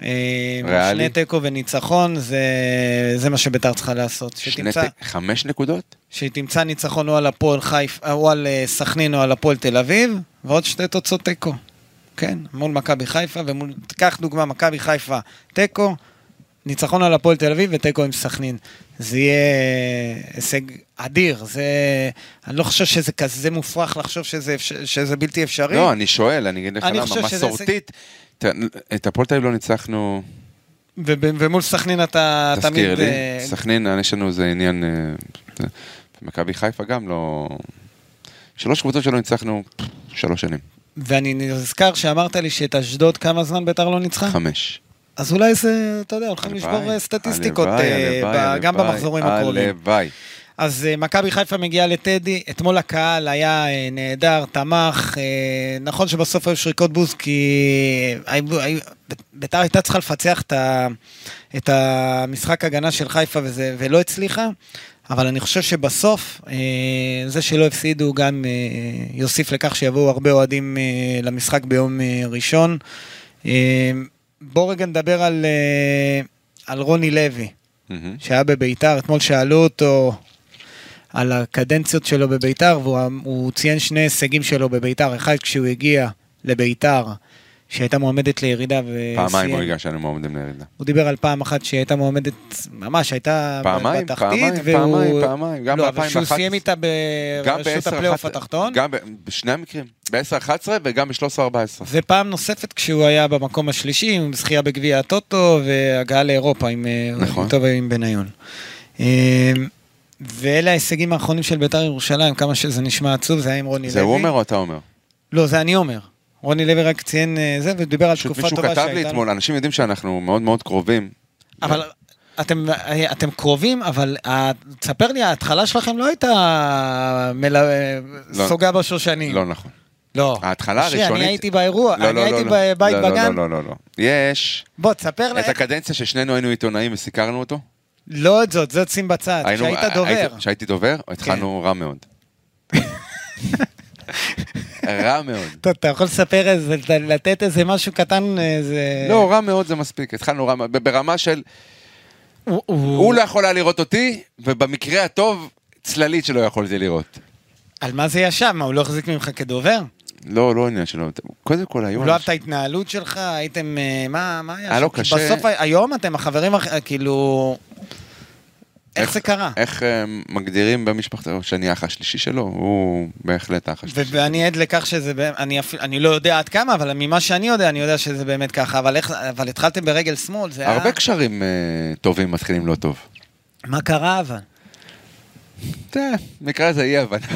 Speaker 2: אה,
Speaker 3: ריאלי?
Speaker 2: שני תיקו וניצחון, זה, זה מה שביתר צריכה לעשות.
Speaker 3: שני
Speaker 2: שתמצא,
Speaker 3: ת- חמש נקודות?
Speaker 2: שתמצא ניצחון או על הפועל חיפה, או על אה, סכנין או על הפועל תל אביב, ועוד שתי תוצאות תיקו. כן, מול מכבי חיפה ומול, קח דוגמה, מכבי חיפה תיקו, ניצחון על הפועל תל אביב ותיקו עם סכנין. זה יהיה הישג אדיר, זה... אני לא חושב שזה כזה מופרך לחשוב שזה, אפשר... שזה בלתי אפשרי.
Speaker 3: לא, אני שואל, אני אגיד לך
Speaker 2: אני
Speaker 3: למה,
Speaker 2: חושב שזה
Speaker 3: מסורתית, ת- את הפועל תל אביב לא ניצחנו,
Speaker 2: וב- ומול סכנין אתה
Speaker 3: תזכיר
Speaker 2: תמיד...
Speaker 3: לי,
Speaker 2: אה,
Speaker 3: סכנין, אה, יש לנו איזה עניין, אה, מכבי חיפה גם לא... שלוש קבוצות שלא ניצחנו פפ, שלוש שנים,
Speaker 2: ואני נזכר שאמרת לי שאת אשדוד כמה זמן ביתר לא ניצחה?
Speaker 3: חמש.
Speaker 2: אז אולי זה, אתה יודע, הולכים
Speaker 3: הלוואי,
Speaker 2: לשבור אה, סטטיסטיקות,
Speaker 3: הלוואי,
Speaker 2: אה,
Speaker 3: הלוואי,
Speaker 2: ב- גם
Speaker 3: הלוואי,
Speaker 2: במחזורים הקרובים.
Speaker 3: הלוואי.
Speaker 2: אז אה, מכבי חיפה מגיעה לטדי, אתמול הקהל היה אה, נהדר, תמך, אה, נכון שבסוף היו שריקות בוז, כי אה, היו- היו- ביתר הייתה צריכה לפצח את ה- את המשחק הגנה של חיפה וזה- ולא הצליחה, אבל אני חושב שבסוף, אה, זה שלא הפסידו גם אה, יוסיף לכך שיבואו הרבה אוהדים אה, למשחק ביום אה, ראשון. אה, בואו רגע נדבר על אה, על רוני לוי.
Speaker 3: מהמם.
Speaker 2: שהיה בביתר, אתמול שאלו אותו על הקדנציות שלו בביתר, והוא אמ-, הוא ציין שני הישגים שלו בביתר, אחד כשהוא הגיע לביתר, שהייתה מועמדת לירידה, ו...
Speaker 3: פעמיים הוא הגע שלנו מועמדים לירידה.
Speaker 2: הוא דיבר על פעם אחת שהייתה מועמדת, ממש הייתה
Speaker 3: פעמיים,
Speaker 2: בתחתית,
Speaker 3: פעמיים,
Speaker 2: והוא...
Speaker 3: פעמיים, פעמיים, גם
Speaker 2: לא, אבל
Speaker 3: ב-2011.
Speaker 2: שהוא סיים איתה
Speaker 3: גם
Speaker 2: ברשות
Speaker 3: ב-10-11,
Speaker 2: אה, הפלייאוף התחתון,
Speaker 3: גם ב- בשני המקרים, ב-10-11 וגם ב-13-14.
Speaker 2: ופעם נוספת כשהוא היה במקום השלישי, עם זכייה בגביע הטוטו והגעה לאירופה עם
Speaker 3: נכון.
Speaker 2: נכון. טוב עם בניון. אה, ואלה ההישגים האחרונים של בית"ר ירושלים, כמה שזה נשמע עצוב, זה היה עם רוני אה, לוי.
Speaker 3: זה הוא אומר או אתה אומר?
Speaker 2: לא, זה אני אומר. רוני לוי רק ציין אה, זה ודיבר על
Speaker 3: פשוט
Speaker 2: תקופה
Speaker 3: מישהו
Speaker 2: טובה
Speaker 3: כתב לי
Speaker 2: שהייתה.
Speaker 3: אתמול, אנשים יודעים שאנחנו מאוד מאוד קרובים.
Speaker 2: אבל אתם, אה, אתם קרובים, אבל ה- תספר לי, ההתחלה שלכם לא הייתה מל...
Speaker 3: לא.
Speaker 2: סוגה בשושנים.
Speaker 3: לא נכון.
Speaker 2: לא.
Speaker 3: ההתחלה
Speaker 2: אושרי,
Speaker 3: הראשונית...
Speaker 2: אני הייתי באירוע,
Speaker 3: לא,
Speaker 2: אני
Speaker 3: לא,
Speaker 2: הייתי
Speaker 3: לא, לא.
Speaker 2: בבית
Speaker 3: לא, לא,
Speaker 2: בגן.
Speaker 3: לא, לא, לא, לא. יש
Speaker 2: בוא, תספר
Speaker 3: את
Speaker 2: לי,
Speaker 3: הקדנציה ששנינו היינו עיתונאים וסיקרנו אותו.
Speaker 2: לא את זאת, זאת שים בצד,
Speaker 3: היינו-
Speaker 2: כשהיית
Speaker 3: הי-
Speaker 2: דובר. כן.
Speaker 3: הייתי- כשהייתי דובר, התחלנו רע מאוד. רע מאוד.
Speaker 2: אתה- אתה יכול לספר איזה, לתת איזה משהו קטן, איזה...
Speaker 3: לא, רע מאוד זה מספיק, התחלנו רע מאוד, ב- ברמה של
Speaker 2: הוא- הוא-
Speaker 3: הוא לא יכול היה לראות אותי, ובמקרה הטוב, צללית שלא יכולתי לראות.
Speaker 2: על מה זה ישב? מה, הוא לא החזיק ממך כדובר?
Speaker 3: לא, לא עניין שלו. קודם כל היו...
Speaker 2: הוא לא אהב את
Speaker 3: אנשים-
Speaker 2: ההתנהלות שלך? הייתם... אה, מה מה היה?
Speaker 3: היה
Speaker 2: שם?
Speaker 3: לו
Speaker 2: כי
Speaker 3: קשה.
Speaker 2: בסוף ה- היום אתם החברים, הכ- כאילו... איך זה קרה?
Speaker 3: איך אה, מגדירים במשפחתו שאני האח השלישי שלו? הוא בהחלט האח
Speaker 2: ו-
Speaker 3: השלישי.
Speaker 2: ואני עד לכך שזה, באמת- אני, אפילו, אני לא יודע עד כמה, אבל ממה שאני יודע, אני יודע שזה באמת ככה, אבל, איך, אבל התחלתם ברגל שמאל, זה היה...
Speaker 3: הרבה קשרים אה, טובים מתחילים לא טוב.
Speaker 2: מה קרה אבל?
Speaker 3: אתה יודע, נקרא לזה אי הבנה.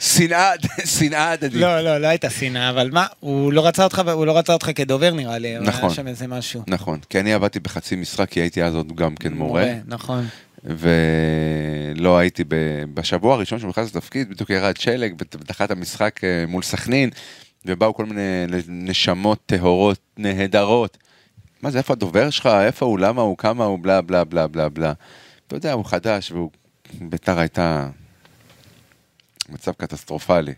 Speaker 3: שנאה, שנאה הדדית.
Speaker 2: לא, לא, לא הייתה שנאה, אבל מה, הוא לא רצה אותך, הוא לא רצה אותך כדובר נראה לי, הוא
Speaker 3: נכון.
Speaker 2: היה שם איזה משהו.
Speaker 3: נכון, כי אני עבדתי בחצי משרה, כי הייתי אז עוד גם כן מורה,
Speaker 2: נכון.
Speaker 3: ולא הייתי ב- בשבוע הראשון שנכנס לתפקיד, בדיוק ירד שלג, בתחת המשחק אה, מול סכנין, ובאו כל מיני נשמות טהורות, נהדרות. מה זה, איפה הדובר שלך, איפה הוא, למה הוא, כמה הוא, בלה בלה בלה בלה בלה. אתה יודע, הוא חדש, והוא... ביתר הייתה מצב קטסטרופלי.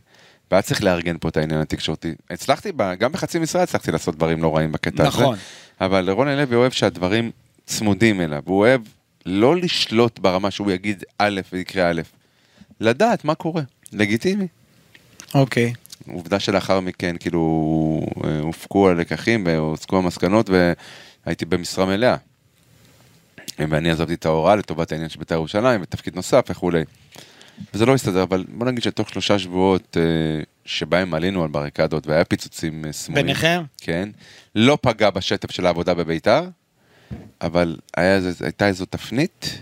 Speaker 3: והיה צריך לארגן פה את העניין התקשורתי. הצלחתי, ב- גם בחצי משרה הצלחתי לעשות דברים לא רעים בקטע הזה.
Speaker 2: נכון.
Speaker 3: אבל רוני לוי אוהב שהדברים צמודים אליו. הוא אוהב לא לשלוט ברמה שהוא יגיד א' ויקרה א'. לדעת מה קורה. לגיטימי.
Speaker 2: אוקיי.
Speaker 3: עובדה שלאחר מכן, כאילו, אה, הופקו הלקחים והוצגו המסקנות והייתי במשרה מלאה. ואני עזבתי את ההוראה לטובת העניין של בית"ר ירושלים ותפקיד נוסף וכולי. וזה לא הסתדר, אבל בוא נגיד שתוך שלושה שבועות אה, שבהם עלינו על בריקדות והיה פיצוצים אה, סמויים.
Speaker 2: ביניכם?
Speaker 3: כן. לא פגע בשטף של העבודה בבית"ר, אבל היה, איזה- הייתה איזו תפנית.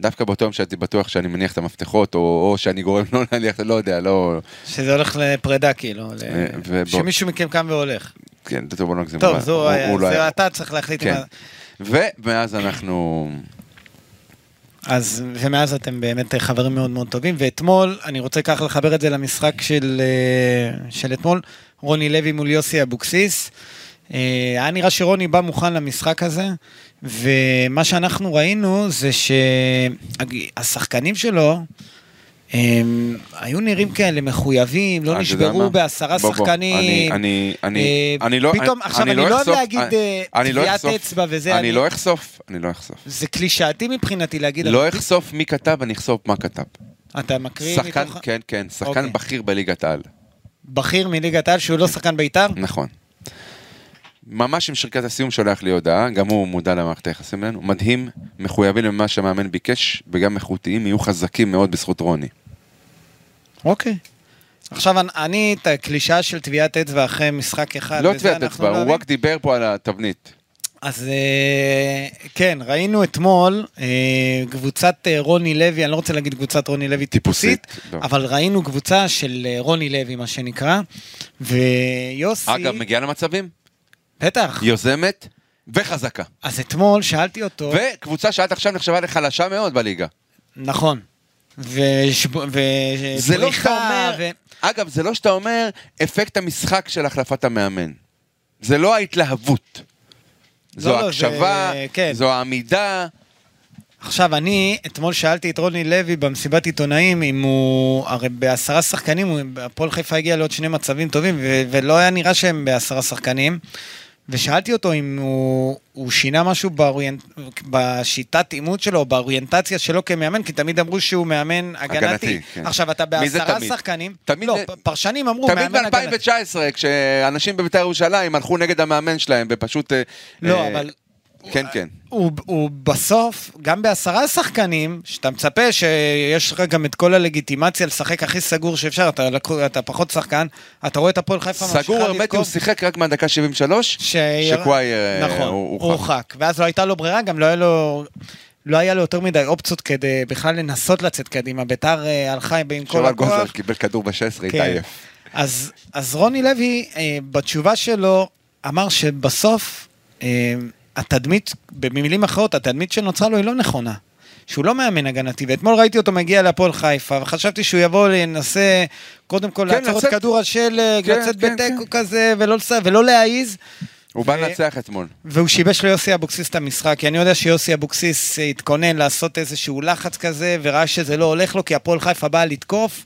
Speaker 3: דווקא באותו יום שהייתי בטוח שאני מניח את המפתחות, או, או שאני גורם לא להניח, לא יודע, לא...
Speaker 2: שזה הולך לפרידה, כאילו. ל-
Speaker 3: אה, ובוא-
Speaker 2: שמישהו מכם קם והולך.
Speaker 3: כן, טוב, בוא לא נגזים.
Speaker 2: טוב,
Speaker 3: הוא-
Speaker 2: זו,
Speaker 3: הוא-
Speaker 2: היה-
Speaker 3: הוא לא
Speaker 2: זה
Speaker 3: היה-
Speaker 2: אתה צריך להחליט.
Speaker 3: כן.
Speaker 2: מה-
Speaker 3: ומאז אנחנו...
Speaker 2: אז, ומאז אתם באמת אה, חברים מאוד מאוד טובים, ואתמול, אני רוצה ככה לחבר את זה למשחק של, אה, של אתמול, רוני לוי מול יוסי אבוקסיס. אה, היה נראה שרוני בא מוכן למשחק הזה, ומה שאנחנו ראינו זה שהשחקנים שלו, הם היו נראים כאלה מחויבים,
Speaker 3: אה, אתה
Speaker 2: לא
Speaker 3: יודע מה?
Speaker 2: נשברו
Speaker 3: בוא,
Speaker 2: בעשרה
Speaker 3: בוא,
Speaker 2: שחקנים.
Speaker 3: אני- אני-
Speaker 2: אה,
Speaker 3: אני לא...
Speaker 2: פתאום, עכשיו, אני לא אוהב
Speaker 3: אחשוף-
Speaker 2: להגיד,
Speaker 3: אני-
Speaker 2: אה,
Speaker 3: אני לא
Speaker 2: טביעת
Speaker 3: אחשוף.
Speaker 2: אצבע וזה,
Speaker 3: אני
Speaker 2: אני-
Speaker 3: לא אחשוף, אני לא אחשוף.
Speaker 2: זה קלישאתי מבחינתי להגיד, אבל
Speaker 3: לא אחשוף מי כתב, אני אחשוף מה כתב.
Speaker 2: אתה מקריא
Speaker 3: שחקן,
Speaker 2: מתוך...
Speaker 3: כן, כן,
Speaker 2: אוקיי.
Speaker 3: שחקן בכיר בליגת העל.
Speaker 2: בכיר מליגת העל שהוא לא שחקן בית"ר?
Speaker 3: נכון. ממש עם שריקת הסיום שולח לי הודעה, גם הוא מודע למערכת היחסים בינינו, מדהים, מחויבים למה שהמאמן ביקש, וגם איכותיים יהיו חזקים מאוד בזכות רוני.
Speaker 2: אוקיי. עכשיו, אני- אני, את הקלישאה של טביעת אצבע אחרי משחק אחד,
Speaker 3: לא
Speaker 2: וזה
Speaker 3: טביעת
Speaker 2: אנחנו
Speaker 3: אצבע,
Speaker 2: לא
Speaker 3: הוא
Speaker 2: אוהבים.
Speaker 3: רק דיבר פה על התבנית.
Speaker 2: אז אה, כן, ראינו אתמול אה, קבוצת אה, רוני לוי, אני לא רוצה להגיד קבוצת רוני לוי טיפוסית,
Speaker 3: טיפוסית, לא.
Speaker 2: אבל ראינו קבוצה של אה, רוני לוי, מה שנקרא, ויוסי,
Speaker 3: אגב, מגיעה למצבים,
Speaker 2: בטח,
Speaker 3: יוזמת וחזקה.
Speaker 2: אז אתמול שאלתי אותו,
Speaker 3: וקבוצה שעד עכשיו נחשבה לחלשה מאוד בליגה.
Speaker 2: נכון, ושב- ובריחה,
Speaker 3: זה לא שאתה
Speaker 2: אה,
Speaker 3: אומר,
Speaker 2: ו-
Speaker 3: אגב, זה לא שאתה אומר אפקט המשחק של החלפת המאמן. זה לא ההתלהבות. זו
Speaker 2: לא, לא,
Speaker 3: הקשבה,
Speaker 2: זה- כן.
Speaker 3: זו העמידה.
Speaker 2: עכשיו, אני אתמול שאלתי את רוני לוי במסיבת עיתונאים אם הוא, הרי בעשרה שחקנים, הוא- הפועל חיפה הגיע לעוד שני מצבים טובים, ו- ולא היה נראה שהם בעשרה שחקנים. ושאלתי אותו אם הוא, הוא שינה משהו באוריינט, בשיטת אימות שלו, באוריינטציה שלו כמאמן, כי תמיד אמרו שהוא מאמן הגנתי.
Speaker 3: הגנתי, כן.
Speaker 2: עכשיו, אתה
Speaker 3: מי זה
Speaker 2: בעשרה
Speaker 3: תמיד?
Speaker 2: שחקנים,
Speaker 3: תמיד-
Speaker 2: לא, פ- פרשנים אמרו
Speaker 3: תמיד
Speaker 2: מאמן הגנתי.
Speaker 3: ב-2019, כשאנשים בבית"ר ירושלים הלכו נגד המאמן שלהם, ופשוט... אה,
Speaker 2: לא,
Speaker 3: אה,
Speaker 2: אבל
Speaker 3: כן, כן.
Speaker 2: הוא, הוא בסוף, גם בעשרה שחקנים, שאתה מצפה שיש לך גם את כל הלגיטימציה לשחק הכי סגור שאפשר, אתה, לקחו, אתה פחות שחקן, אתה רואה את הפועל חיפה
Speaker 3: סגור הרמטי, הוא שיחק רק מהדקה 73,
Speaker 2: ש...
Speaker 3: שקוואי אה,
Speaker 2: נכון,
Speaker 3: הוא-
Speaker 2: הוא
Speaker 3: הוא חם.
Speaker 2: הורחק. ואז לא הייתה לו ברירה, גם לא היה לו... לא היה לו יותר מדי אופציות כדי בכלל לנסות לצאת קדימה. ביתר אה, הלכה עם כל
Speaker 3: שובל גוזל
Speaker 2: הכוח.
Speaker 3: קיבל כדור ב-16,
Speaker 2: כן.
Speaker 3: התעייף.
Speaker 2: אז, אז רוני לוי, אה, בתשובה שלו, אמר שבסוף אה, התדמית, במילים אחרות, התדמית שנוצרה לו היא לא נכונה. שהוא לא מאמן הגנתי, ואתמול ראיתי אותו מגיע להפועל חיפה, וחשבתי שהוא יבוא לנסה קודם כל
Speaker 3: כן,
Speaker 2: לעצור את
Speaker 3: לצאת-
Speaker 2: כדור השלג,
Speaker 3: כן,
Speaker 2: לצאת
Speaker 3: כן,
Speaker 2: בתיקו כזה, ולא, לס- ולא להעיז,
Speaker 3: הוא בא
Speaker 2: ו-
Speaker 3: לנצח אתמול.
Speaker 2: והוא שיבש ליוסי אבוקסיס את המשחק, כי אני יודע שיוסי אבוקסיס אה, התכונן לעשות איזשהו לחץ כזה, וראה שזה לא הולך לו, כי הפועל חיפה באה לתקוף,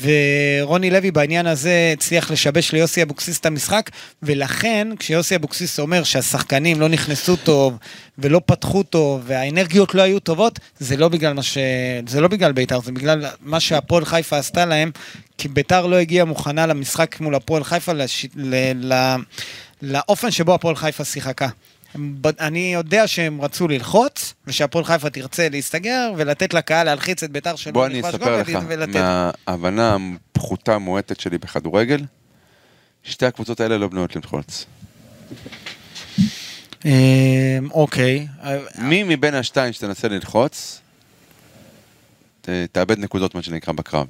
Speaker 2: ורוני לוי בעניין הזה הצליח לשבש ליוסי אבוקסיס את המשחק, ולכן כשיוסי אבוקסיס אומר שהשחקנים לא נכנסו טוב, ולא פתחו טוב, והאנרגיות לא היו טובות, זה לא בגלל, מה ש... זה לא בגלל בית"ר, זה בגלל מה שהפועל חיפה עשתה להם, כי בית"ר לא הגיעה מוכנה למשחק מול הפועל חיפה, לש... ל... ל... לאופן שבו הפועל חיפה שיחקה. הם- ב- אני יודע שהם רצו ללחוץ, ושהפועל חיפה תרצה להסתגר, ולתת לקהל להלחיץ את ביתר שלא
Speaker 3: בוא אני
Speaker 2: לכבוש
Speaker 3: אספר
Speaker 2: גול
Speaker 3: לך,
Speaker 2: ולתת-
Speaker 3: מההבנה הפחותה המועטת שלי בכדורגל, שתי הקבוצות האלה לא בנויות למחוץ.
Speaker 2: אה. אמ, אוקיי. אה,
Speaker 3: מי מבין השתיים שתנסה ללחוץ, ת- תאבד נקודות, מה שנקרא, בקרב.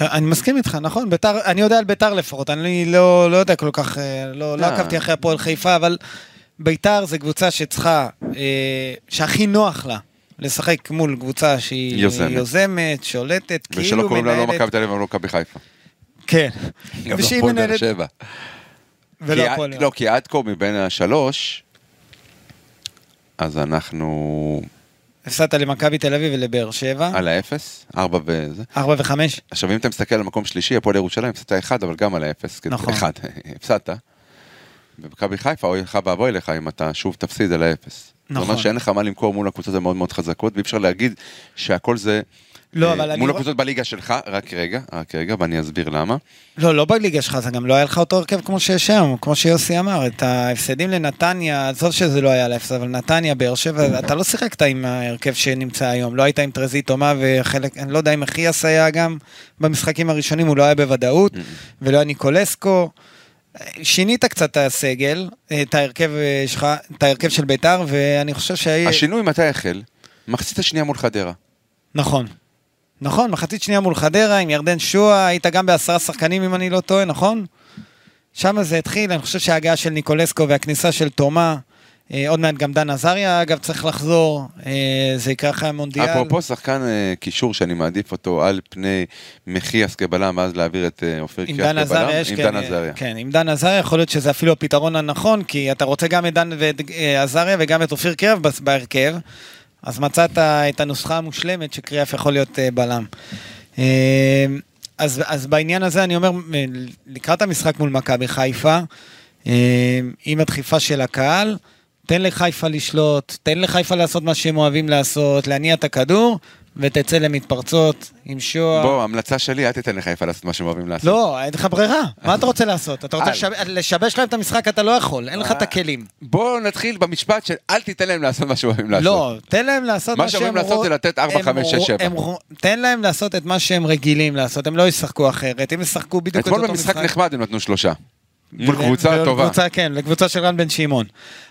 Speaker 2: אני מסכים איתך, נכון? ביתר, אני יודע על ביתר לפחות, אני לא, לא יודע כל כך, אה, לא, לא
Speaker 3: אה.
Speaker 2: עקבתי אחרי הפועל חיפה, אבל ביתר זו קבוצה שצריכה, אה, שהכי נוח לה לשחק מול קבוצה שהיא
Speaker 3: יוזמת.
Speaker 2: יוזמת שולטת, כאילו מנהלת.
Speaker 3: ושלא קוראים לה לא מכבי תל אביב ולא מכבי חיפה.
Speaker 2: כן.
Speaker 3: גם לא
Speaker 2: ושהיא
Speaker 3: הפועל באר
Speaker 2: מנהלת-
Speaker 3: שבע.
Speaker 2: ולא
Speaker 3: כי
Speaker 2: הפועל.
Speaker 3: עד- לא, כי עד כה מבין השלוש, אז אנחנו
Speaker 2: הפסדת למכבי תל אביב ולבאר שבע,
Speaker 3: על האפס, ארבע וזה.
Speaker 2: ארבע וחמש.
Speaker 3: עכשיו, אם אתה מסתכל על מקום שלישי, הפועל ירושלים, הפסדת אחד, אבל גם על האפס. כדי-
Speaker 2: נכון.
Speaker 3: אחד, הפסדת. במכבי חיפה, אוי לך ואבוי לך אם אתה שוב תפסיד על האפס. זה
Speaker 2: נכון.
Speaker 3: אומר שאין לך מה למכור מול הקבוצות המאוד מאוד חזקות, ואי אפשר להגיד שהכל זה... אה,
Speaker 2: לא, אבל אני
Speaker 3: מול
Speaker 2: רוא-
Speaker 3: הקבוצות בליגה שלך, רק רגע, רק רגע, ואני אסביר למה.
Speaker 2: לא, לא בליגה שלך, זה גם לא היה לך אותו הרכב כמו שיש היום, כמו שיוסי אמר, את ההפסדים לנתניה, עזוב שזה לא היה להפסד, אבל נתניה, באר שבע, אתה לא שיחקת עם ההרכב שנמצא היום, לא היית עם טרזית תומה וחלק, אני לא יודע אם אחיאס היה גם במשחקים הראשונים, הוא לא היה בוודאות, ולא היה ניקולסקו. שינית קצת את הסגל, את ההרכב אה, שלך, את ההרכב של ביתר, ואני חושב שהיית...
Speaker 3: השינוי מתי החל? מחצית השנייה מול חדרה.
Speaker 2: נכון. נכון, מחצית שנייה מול חדרה עם ירדן שואה, היית גם בעשרה שחקנים אם אני לא טועה, נכון? שם זה התחיל, אני חושב שההגעה של ניקולסקו והכניסה של תומה, אה, עוד מעט גם דן עזריה אגב צריך לחזור, אה, זה יקרה אחרי המונדיאל.
Speaker 3: אפרופו שחקן אה, קישור שאני מעדיף אותו על פני מחיאס כבלם, ואז להעביר את אה, אופיר
Speaker 2: עם
Speaker 3: קיאס
Speaker 2: דן
Speaker 3: כבלם.
Speaker 2: עזריה יש,
Speaker 3: עם
Speaker 2: כן,
Speaker 3: דן עזריה.
Speaker 2: כן, עם דן עזריה יכול להיות שזה אפילו הפתרון הנכון, כי אתה רוצה גם את דן ואת אה, עזריה וגם את אופיר קריאף בס- בהרכב, אז מצאת את הנוסחה המושלמת שקריאף יכול להיות אה, בלם. אה, אז, אז בעניין הזה אני אומר, אה, לקראת המשחק מול מכבי חיפה, אה, עם הדחיפה של הקהל, תן לחיפה לשלוט, תן לחיפה לעשות מה שהם אוהבים לעשות, להניע את הכדור, ותצא למתפרצות עם שואה.
Speaker 3: בוא, המלצה שלי, אל תיתן לחיפה לעשות מה שהם אוהבים לעשות.
Speaker 2: לא, אין לך ברירה. מה אתה רוצה לעשות? אתה רוצה
Speaker 3: אה.
Speaker 2: לשב- לשבש להם את המשחק, אתה לא יכול, אין לך את הכלים.
Speaker 3: בואו נתחיל במשפט של אל תיתן להם לעשות מה שהם אוהבים לעשות.
Speaker 2: לא, תן להם לעשות
Speaker 3: מה
Speaker 2: מה שהם...
Speaker 3: שאומרים לעשות
Speaker 2: רוא-
Speaker 3: זה לתת ארבע,
Speaker 2: הם
Speaker 3: חמש, שש,
Speaker 2: רוא-
Speaker 3: שבע.
Speaker 2: הם רוא- תן להם לעשות את מה שהם רגילים לעשות, הם לא ישחקו אחרת, הם ישחקו בדיוק את
Speaker 3: אתמול
Speaker 2: אותו
Speaker 3: במשחק
Speaker 2: משחק.
Speaker 3: נחמד הם נתנו שלושה. מול
Speaker 2: ו-
Speaker 3: קבוצה
Speaker 2: ו-
Speaker 3: טובה.
Speaker 2: קבוצה, כן, לקבוצה של רן בן שמעון.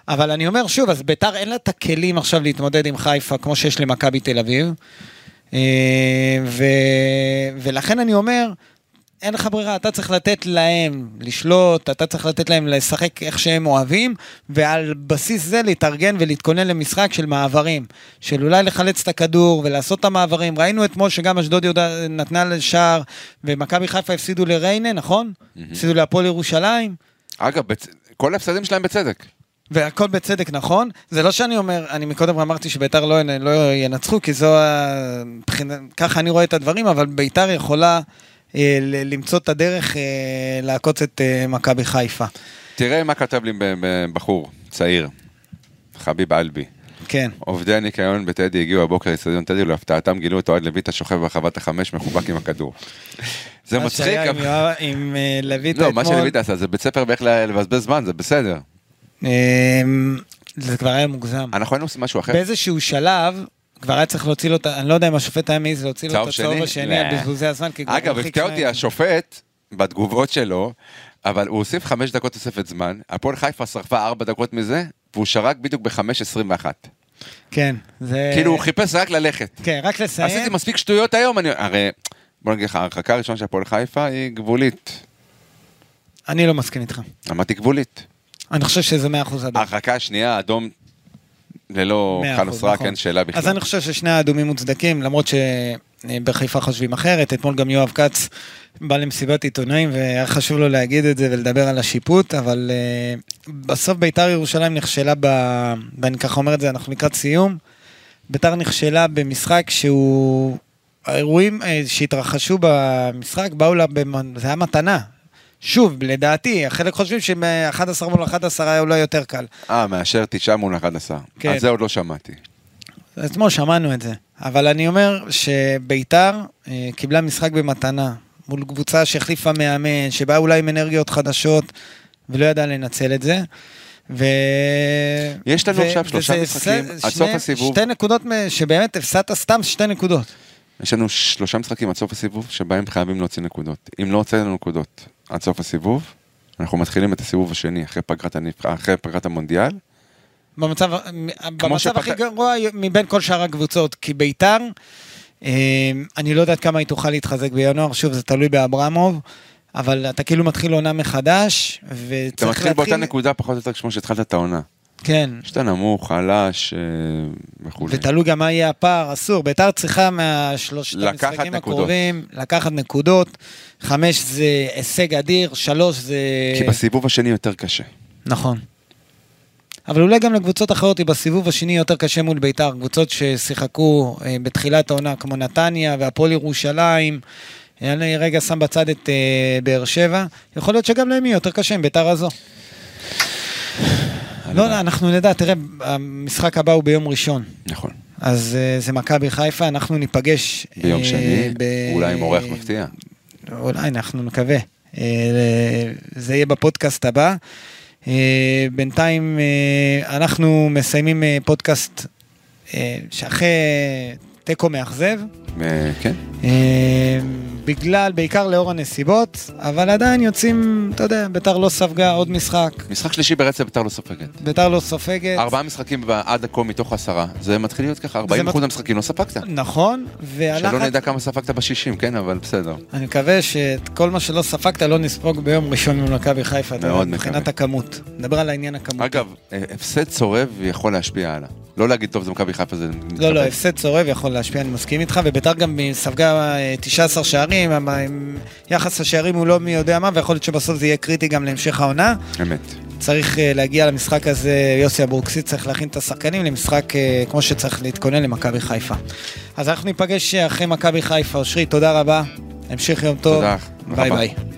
Speaker 2: אבל אני אומר שוב, אז ביתר אין לה את הכלים עכשיו להתמודד עם חיפה כמו שיש למכבי תל אביב. אה, ו... ולכן אני אומר, אין לך ברירה, אתה צריך לתת להם לשלוט, אתה צריך לתת להם לשחק איך שהם אוהבים, ועל בסיס זה להתארגן ולהתכונן למשחק של מעברים, של אולי לחלץ את הכדור ולעשות את המעברים. ראינו אתמול שגם אשדוד יודע, נתנה לשער, ומכבי חיפה הפסידו לריינה, נכון? הפסידו להפועל ירושלים.
Speaker 3: אגב, בצ- כל ההפסדים שלהם בצדק.
Speaker 2: והכל בצדק, נכון? זה לא שאני אומר, אני מקודם אמרתי שביתר לא, ינ- לא ינצחו, כי זו ה- מבחינה, ככה אני רואה את הדברים, אבל ביתר יכולה אה, ל- למצוא את הדרך אה, לעקוץ את אה, מכבי חיפה.
Speaker 3: תראה מה כתב לי ב- ב- בחור צעיר, חביב אלבי.
Speaker 2: כן.
Speaker 3: עובדי הניקיון בטדי הגיעו הבוקר לאצטדיון טדי, ולהפתעתם גילו את אוהד לויטה שוכב ברחבת החמש מחובק עם הכדור. זה
Speaker 2: מה
Speaker 3: מצחיק,
Speaker 2: שהיה עם,
Speaker 3: אבל-
Speaker 2: יואב- עם אה, לויטה
Speaker 3: לא, מה
Speaker 2: אתמול.
Speaker 3: שלויטה עשה זה בית ספר באיך ל- לבזבז זמן, זה בסדר.
Speaker 2: אה, זה כבר היה מוגזם.
Speaker 3: אנחנו היינו עושים משהו אחר.
Speaker 2: באיזשהו שלב... כבר היה צריך להוציא לו את ה... אני לא יודע אם השופט היה מעז להוציא לו את
Speaker 3: צהוב
Speaker 2: הצהוב
Speaker 3: שני?
Speaker 2: השני על
Speaker 3: לא.
Speaker 2: בזבוזי הזמן, כי כבר
Speaker 3: אגב,
Speaker 2: הרחיק
Speaker 3: הפתיע אותי
Speaker 2: שניים.
Speaker 3: השופט בתגובות שלו, אבל הוא הוסיף חמש דקות תוספת זמן, הפועל חיפה שרפה ארבע דקות מזה, והוא שרק בדיוק ב-5.21.
Speaker 2: כן, זה...
Speaker 3: כאילו הוא חיפש רק ללכת.
Speaker 2: כן, רק לסיים.
Speaker 3: עשיתי מספיק שטויות היום, אני... הרי, בוא נגיד לך, ההרחקה הראשונה של הפועל חיפה היא גבולית.
Speaker 2: אני לא מסכים איתך.
Speaker 3: אמרתי גבולית.
Speaker 2: אני חושב שזה 100% אדום.
Speaker 3: ההרחקה השנייה, אדום ללא
Speaker 2: מאה
Speaker 3: חלוס
Speaker 2: אחוז,
Speaker 3: רק,
Speaker 2: נכון.
Speaker 3: אין כן, שאלה בכלל.
Speaker 2: אז אני חושב ששני האדומים מוצדקים, למרות שבחיפה חושבים אחרת. אתמול גם יואב כץ בא למסיבת עיתונאים, והיה חשוב לו להגיד את זה ולדבר על השיפוט, אבל אה, בסוף ביתר ירושלים נכשלה ב... ואני ככה אומר את זה, אנחנו לקראת סיום. ביתר נכשלה במשחק שהוא... האירועים אה, שהתרחשו במשחק באו לה, במ- זה היה מתנה. שוב, לדעתי, חלק חושבים שב-11 מול 11 היה אולי יותר קל.
Speaker 3: אה, מאשר תשעה מול 11.
Speaker 2: כן.
Speaker 3: על זה עוד לא שמעתי.
Speaker 2: אתמול שמענו את זה, אבל אני אומר שביתר אה, קיבלה משחק במתנה מול קבוצה שהחליפה מאמן, שבאה אולי עם אנרגיות חדשות ולא ידעה לנצל את זה. ו...
Speaker 3: יש לנו עכשיו שלושה
Speaker 2: וזה
Speaker 3: משחקים,
Speaker 2: הפסד-
Speaker 3: עד סוף
Speaker 2: שני-
Speaker 3: הסיבוב.
Speaker 2: שתי נקודות מ- שבאמת הפסדת סתם שתי נקודות.
Speaker 3: יש לנו שלושה משחקים עד סוף הסיבוב, שבהם חייבים להוציא נקודות. אם לא הוצאנו נקודות עד סוף הסיבוב, אנחנו מתחילים את הסיבוב השני אחרי פגרת, הנבח... אחרי פגרת המונדיאל.
Speaker 2: במצב, במצב
Speaker 3: שפת-
Speaker 2: הכי גרוע מבין כל שאר הקבוצות, כי ביתר, אה, אני לא יודעת כמה היא תוכל להתחזק בינואר, שוב, זה תלוי באברמוב, אבל אתה כאילו מתחיל עונה מחדש, וצריך
Speaker 3: אתה
Speaker 2: להתחיל...
Speaker 3: מתחיל באותה נקודה פחות או יותר כמו שהתחלת את העונה.
Speaker 2: כן,
Speaker 3: שאתה נמוך, חלש אה, וכולי.
Speaker 2: ותלוי גם מה יהיה הפער, אסור. ביתר צריכה מהשלושת
Speaker 3: לקחת
Speaker 2: המשחקים
Speaker 3: נקודות.
Speaker 2: הקרובים לקחת נקודות, חמש זה הישג אדיר, שלוש זה...
Speaker 3: כי בסיבוב השני יותר קשה.
Speaker 2: נכון. אבל אולי גם לקבוצות אחרות היא בסיבוב השני יותר קשה מול ביתר, קבוצות ששיחקו אה, בתחילת העונה כמו נתניה והפועל ירושלים, אני רגע שם בצד את אה, באר שבע, יכול להיות שגם להם יהיה יותר קשה עם ביתר הזו. לא, לא, אנחנו נדע, תראה, המשחק הבא הוא ביום ראשון,
Speaker 3: נכון.
Speaker 2: אז אה, זה מכבי חיפה, אנחנו ניפגש.
Speaker 3: ביום
Speaker 2: אה,
Speaker 3: שני,
Speaker 2: ב-
Speaker 3: אולי עם אורח מפתיע.
Speaker 2: אולי, אנחנו נקווה. אה, זה יהיה בפודקאסט הבא. אה, בינתיים אה, אנחנו מסיימים אה, פודקאסט אה, שאחרי תיקו מאכזב,
Speaker 3: אה, כן.
Speaker 2: אה, בגלל, בעיקר לאור הנסיבות, אבל עדיין יוצאים, אתה יודע, ביתר לא ספגה עוד משחק,
Speaker 3: משחק שלישי ברצף ביתר לא סופגת.
Speaker 2: ביתר לא סופגת.
Speaker 3: ארבעה משחקים ב- עד כה מתוך עשרה. זה מתחיל להיות ככה, 40 אחוז
Speaker 2: מת-
Speaker 3: המשחקים לא ספגת.
Speaker 2: נכון,
Speaker 3: שלא
Speaker 2: והלחץ,
Speaker 3: נדע כמה ספגת בשישים, כן, אבל בסדר.
Speaker 2: אני מקווה שאת כל מה שלא ספגת לא נספוג ביום ראשון מול מכבי חיפה, אתה
Speaker 3: מאוד
Speaker 2: יודע,
Speaker 3: מקווה.
Speaker 2: מבחינת הכמות. נדבר על העניין הכמותי.
Speaker 3: אגב, אה, הפסד צורב יכול להשפיע הלאה. לא להגיד, טוב, זה מכבי חיפה, זה...
Speaker 2: לא, לא,
Speaker 3: מתחבק."
Speaker 2: הפסד צורב יכול להשפיע, אני מסכים איתך, וביתר גם ספגה אה, 19 שערים, אבל עם יחס השערים הוא לא מי יודע מה, ויכול להיות שבסוף זה יהיה קריטי גם להמשך העונה.
Speaker 3: אמת.
Speaker 2: צריך אה, להגיע למשחק הזה, יוסי אבוקסיס צריך להכין את השחקנים למשחק אה, כמו שצריך להתכונן למכבי חיפה. אז אנחנו ניפגש אחרי מכבי חיפה. אושרי, תודה רבה, המשך יום טוב.
Speaker 3: תודה.
Speaker 2: ביי
Speaker 3: רבה.
Speaker 2: ביי.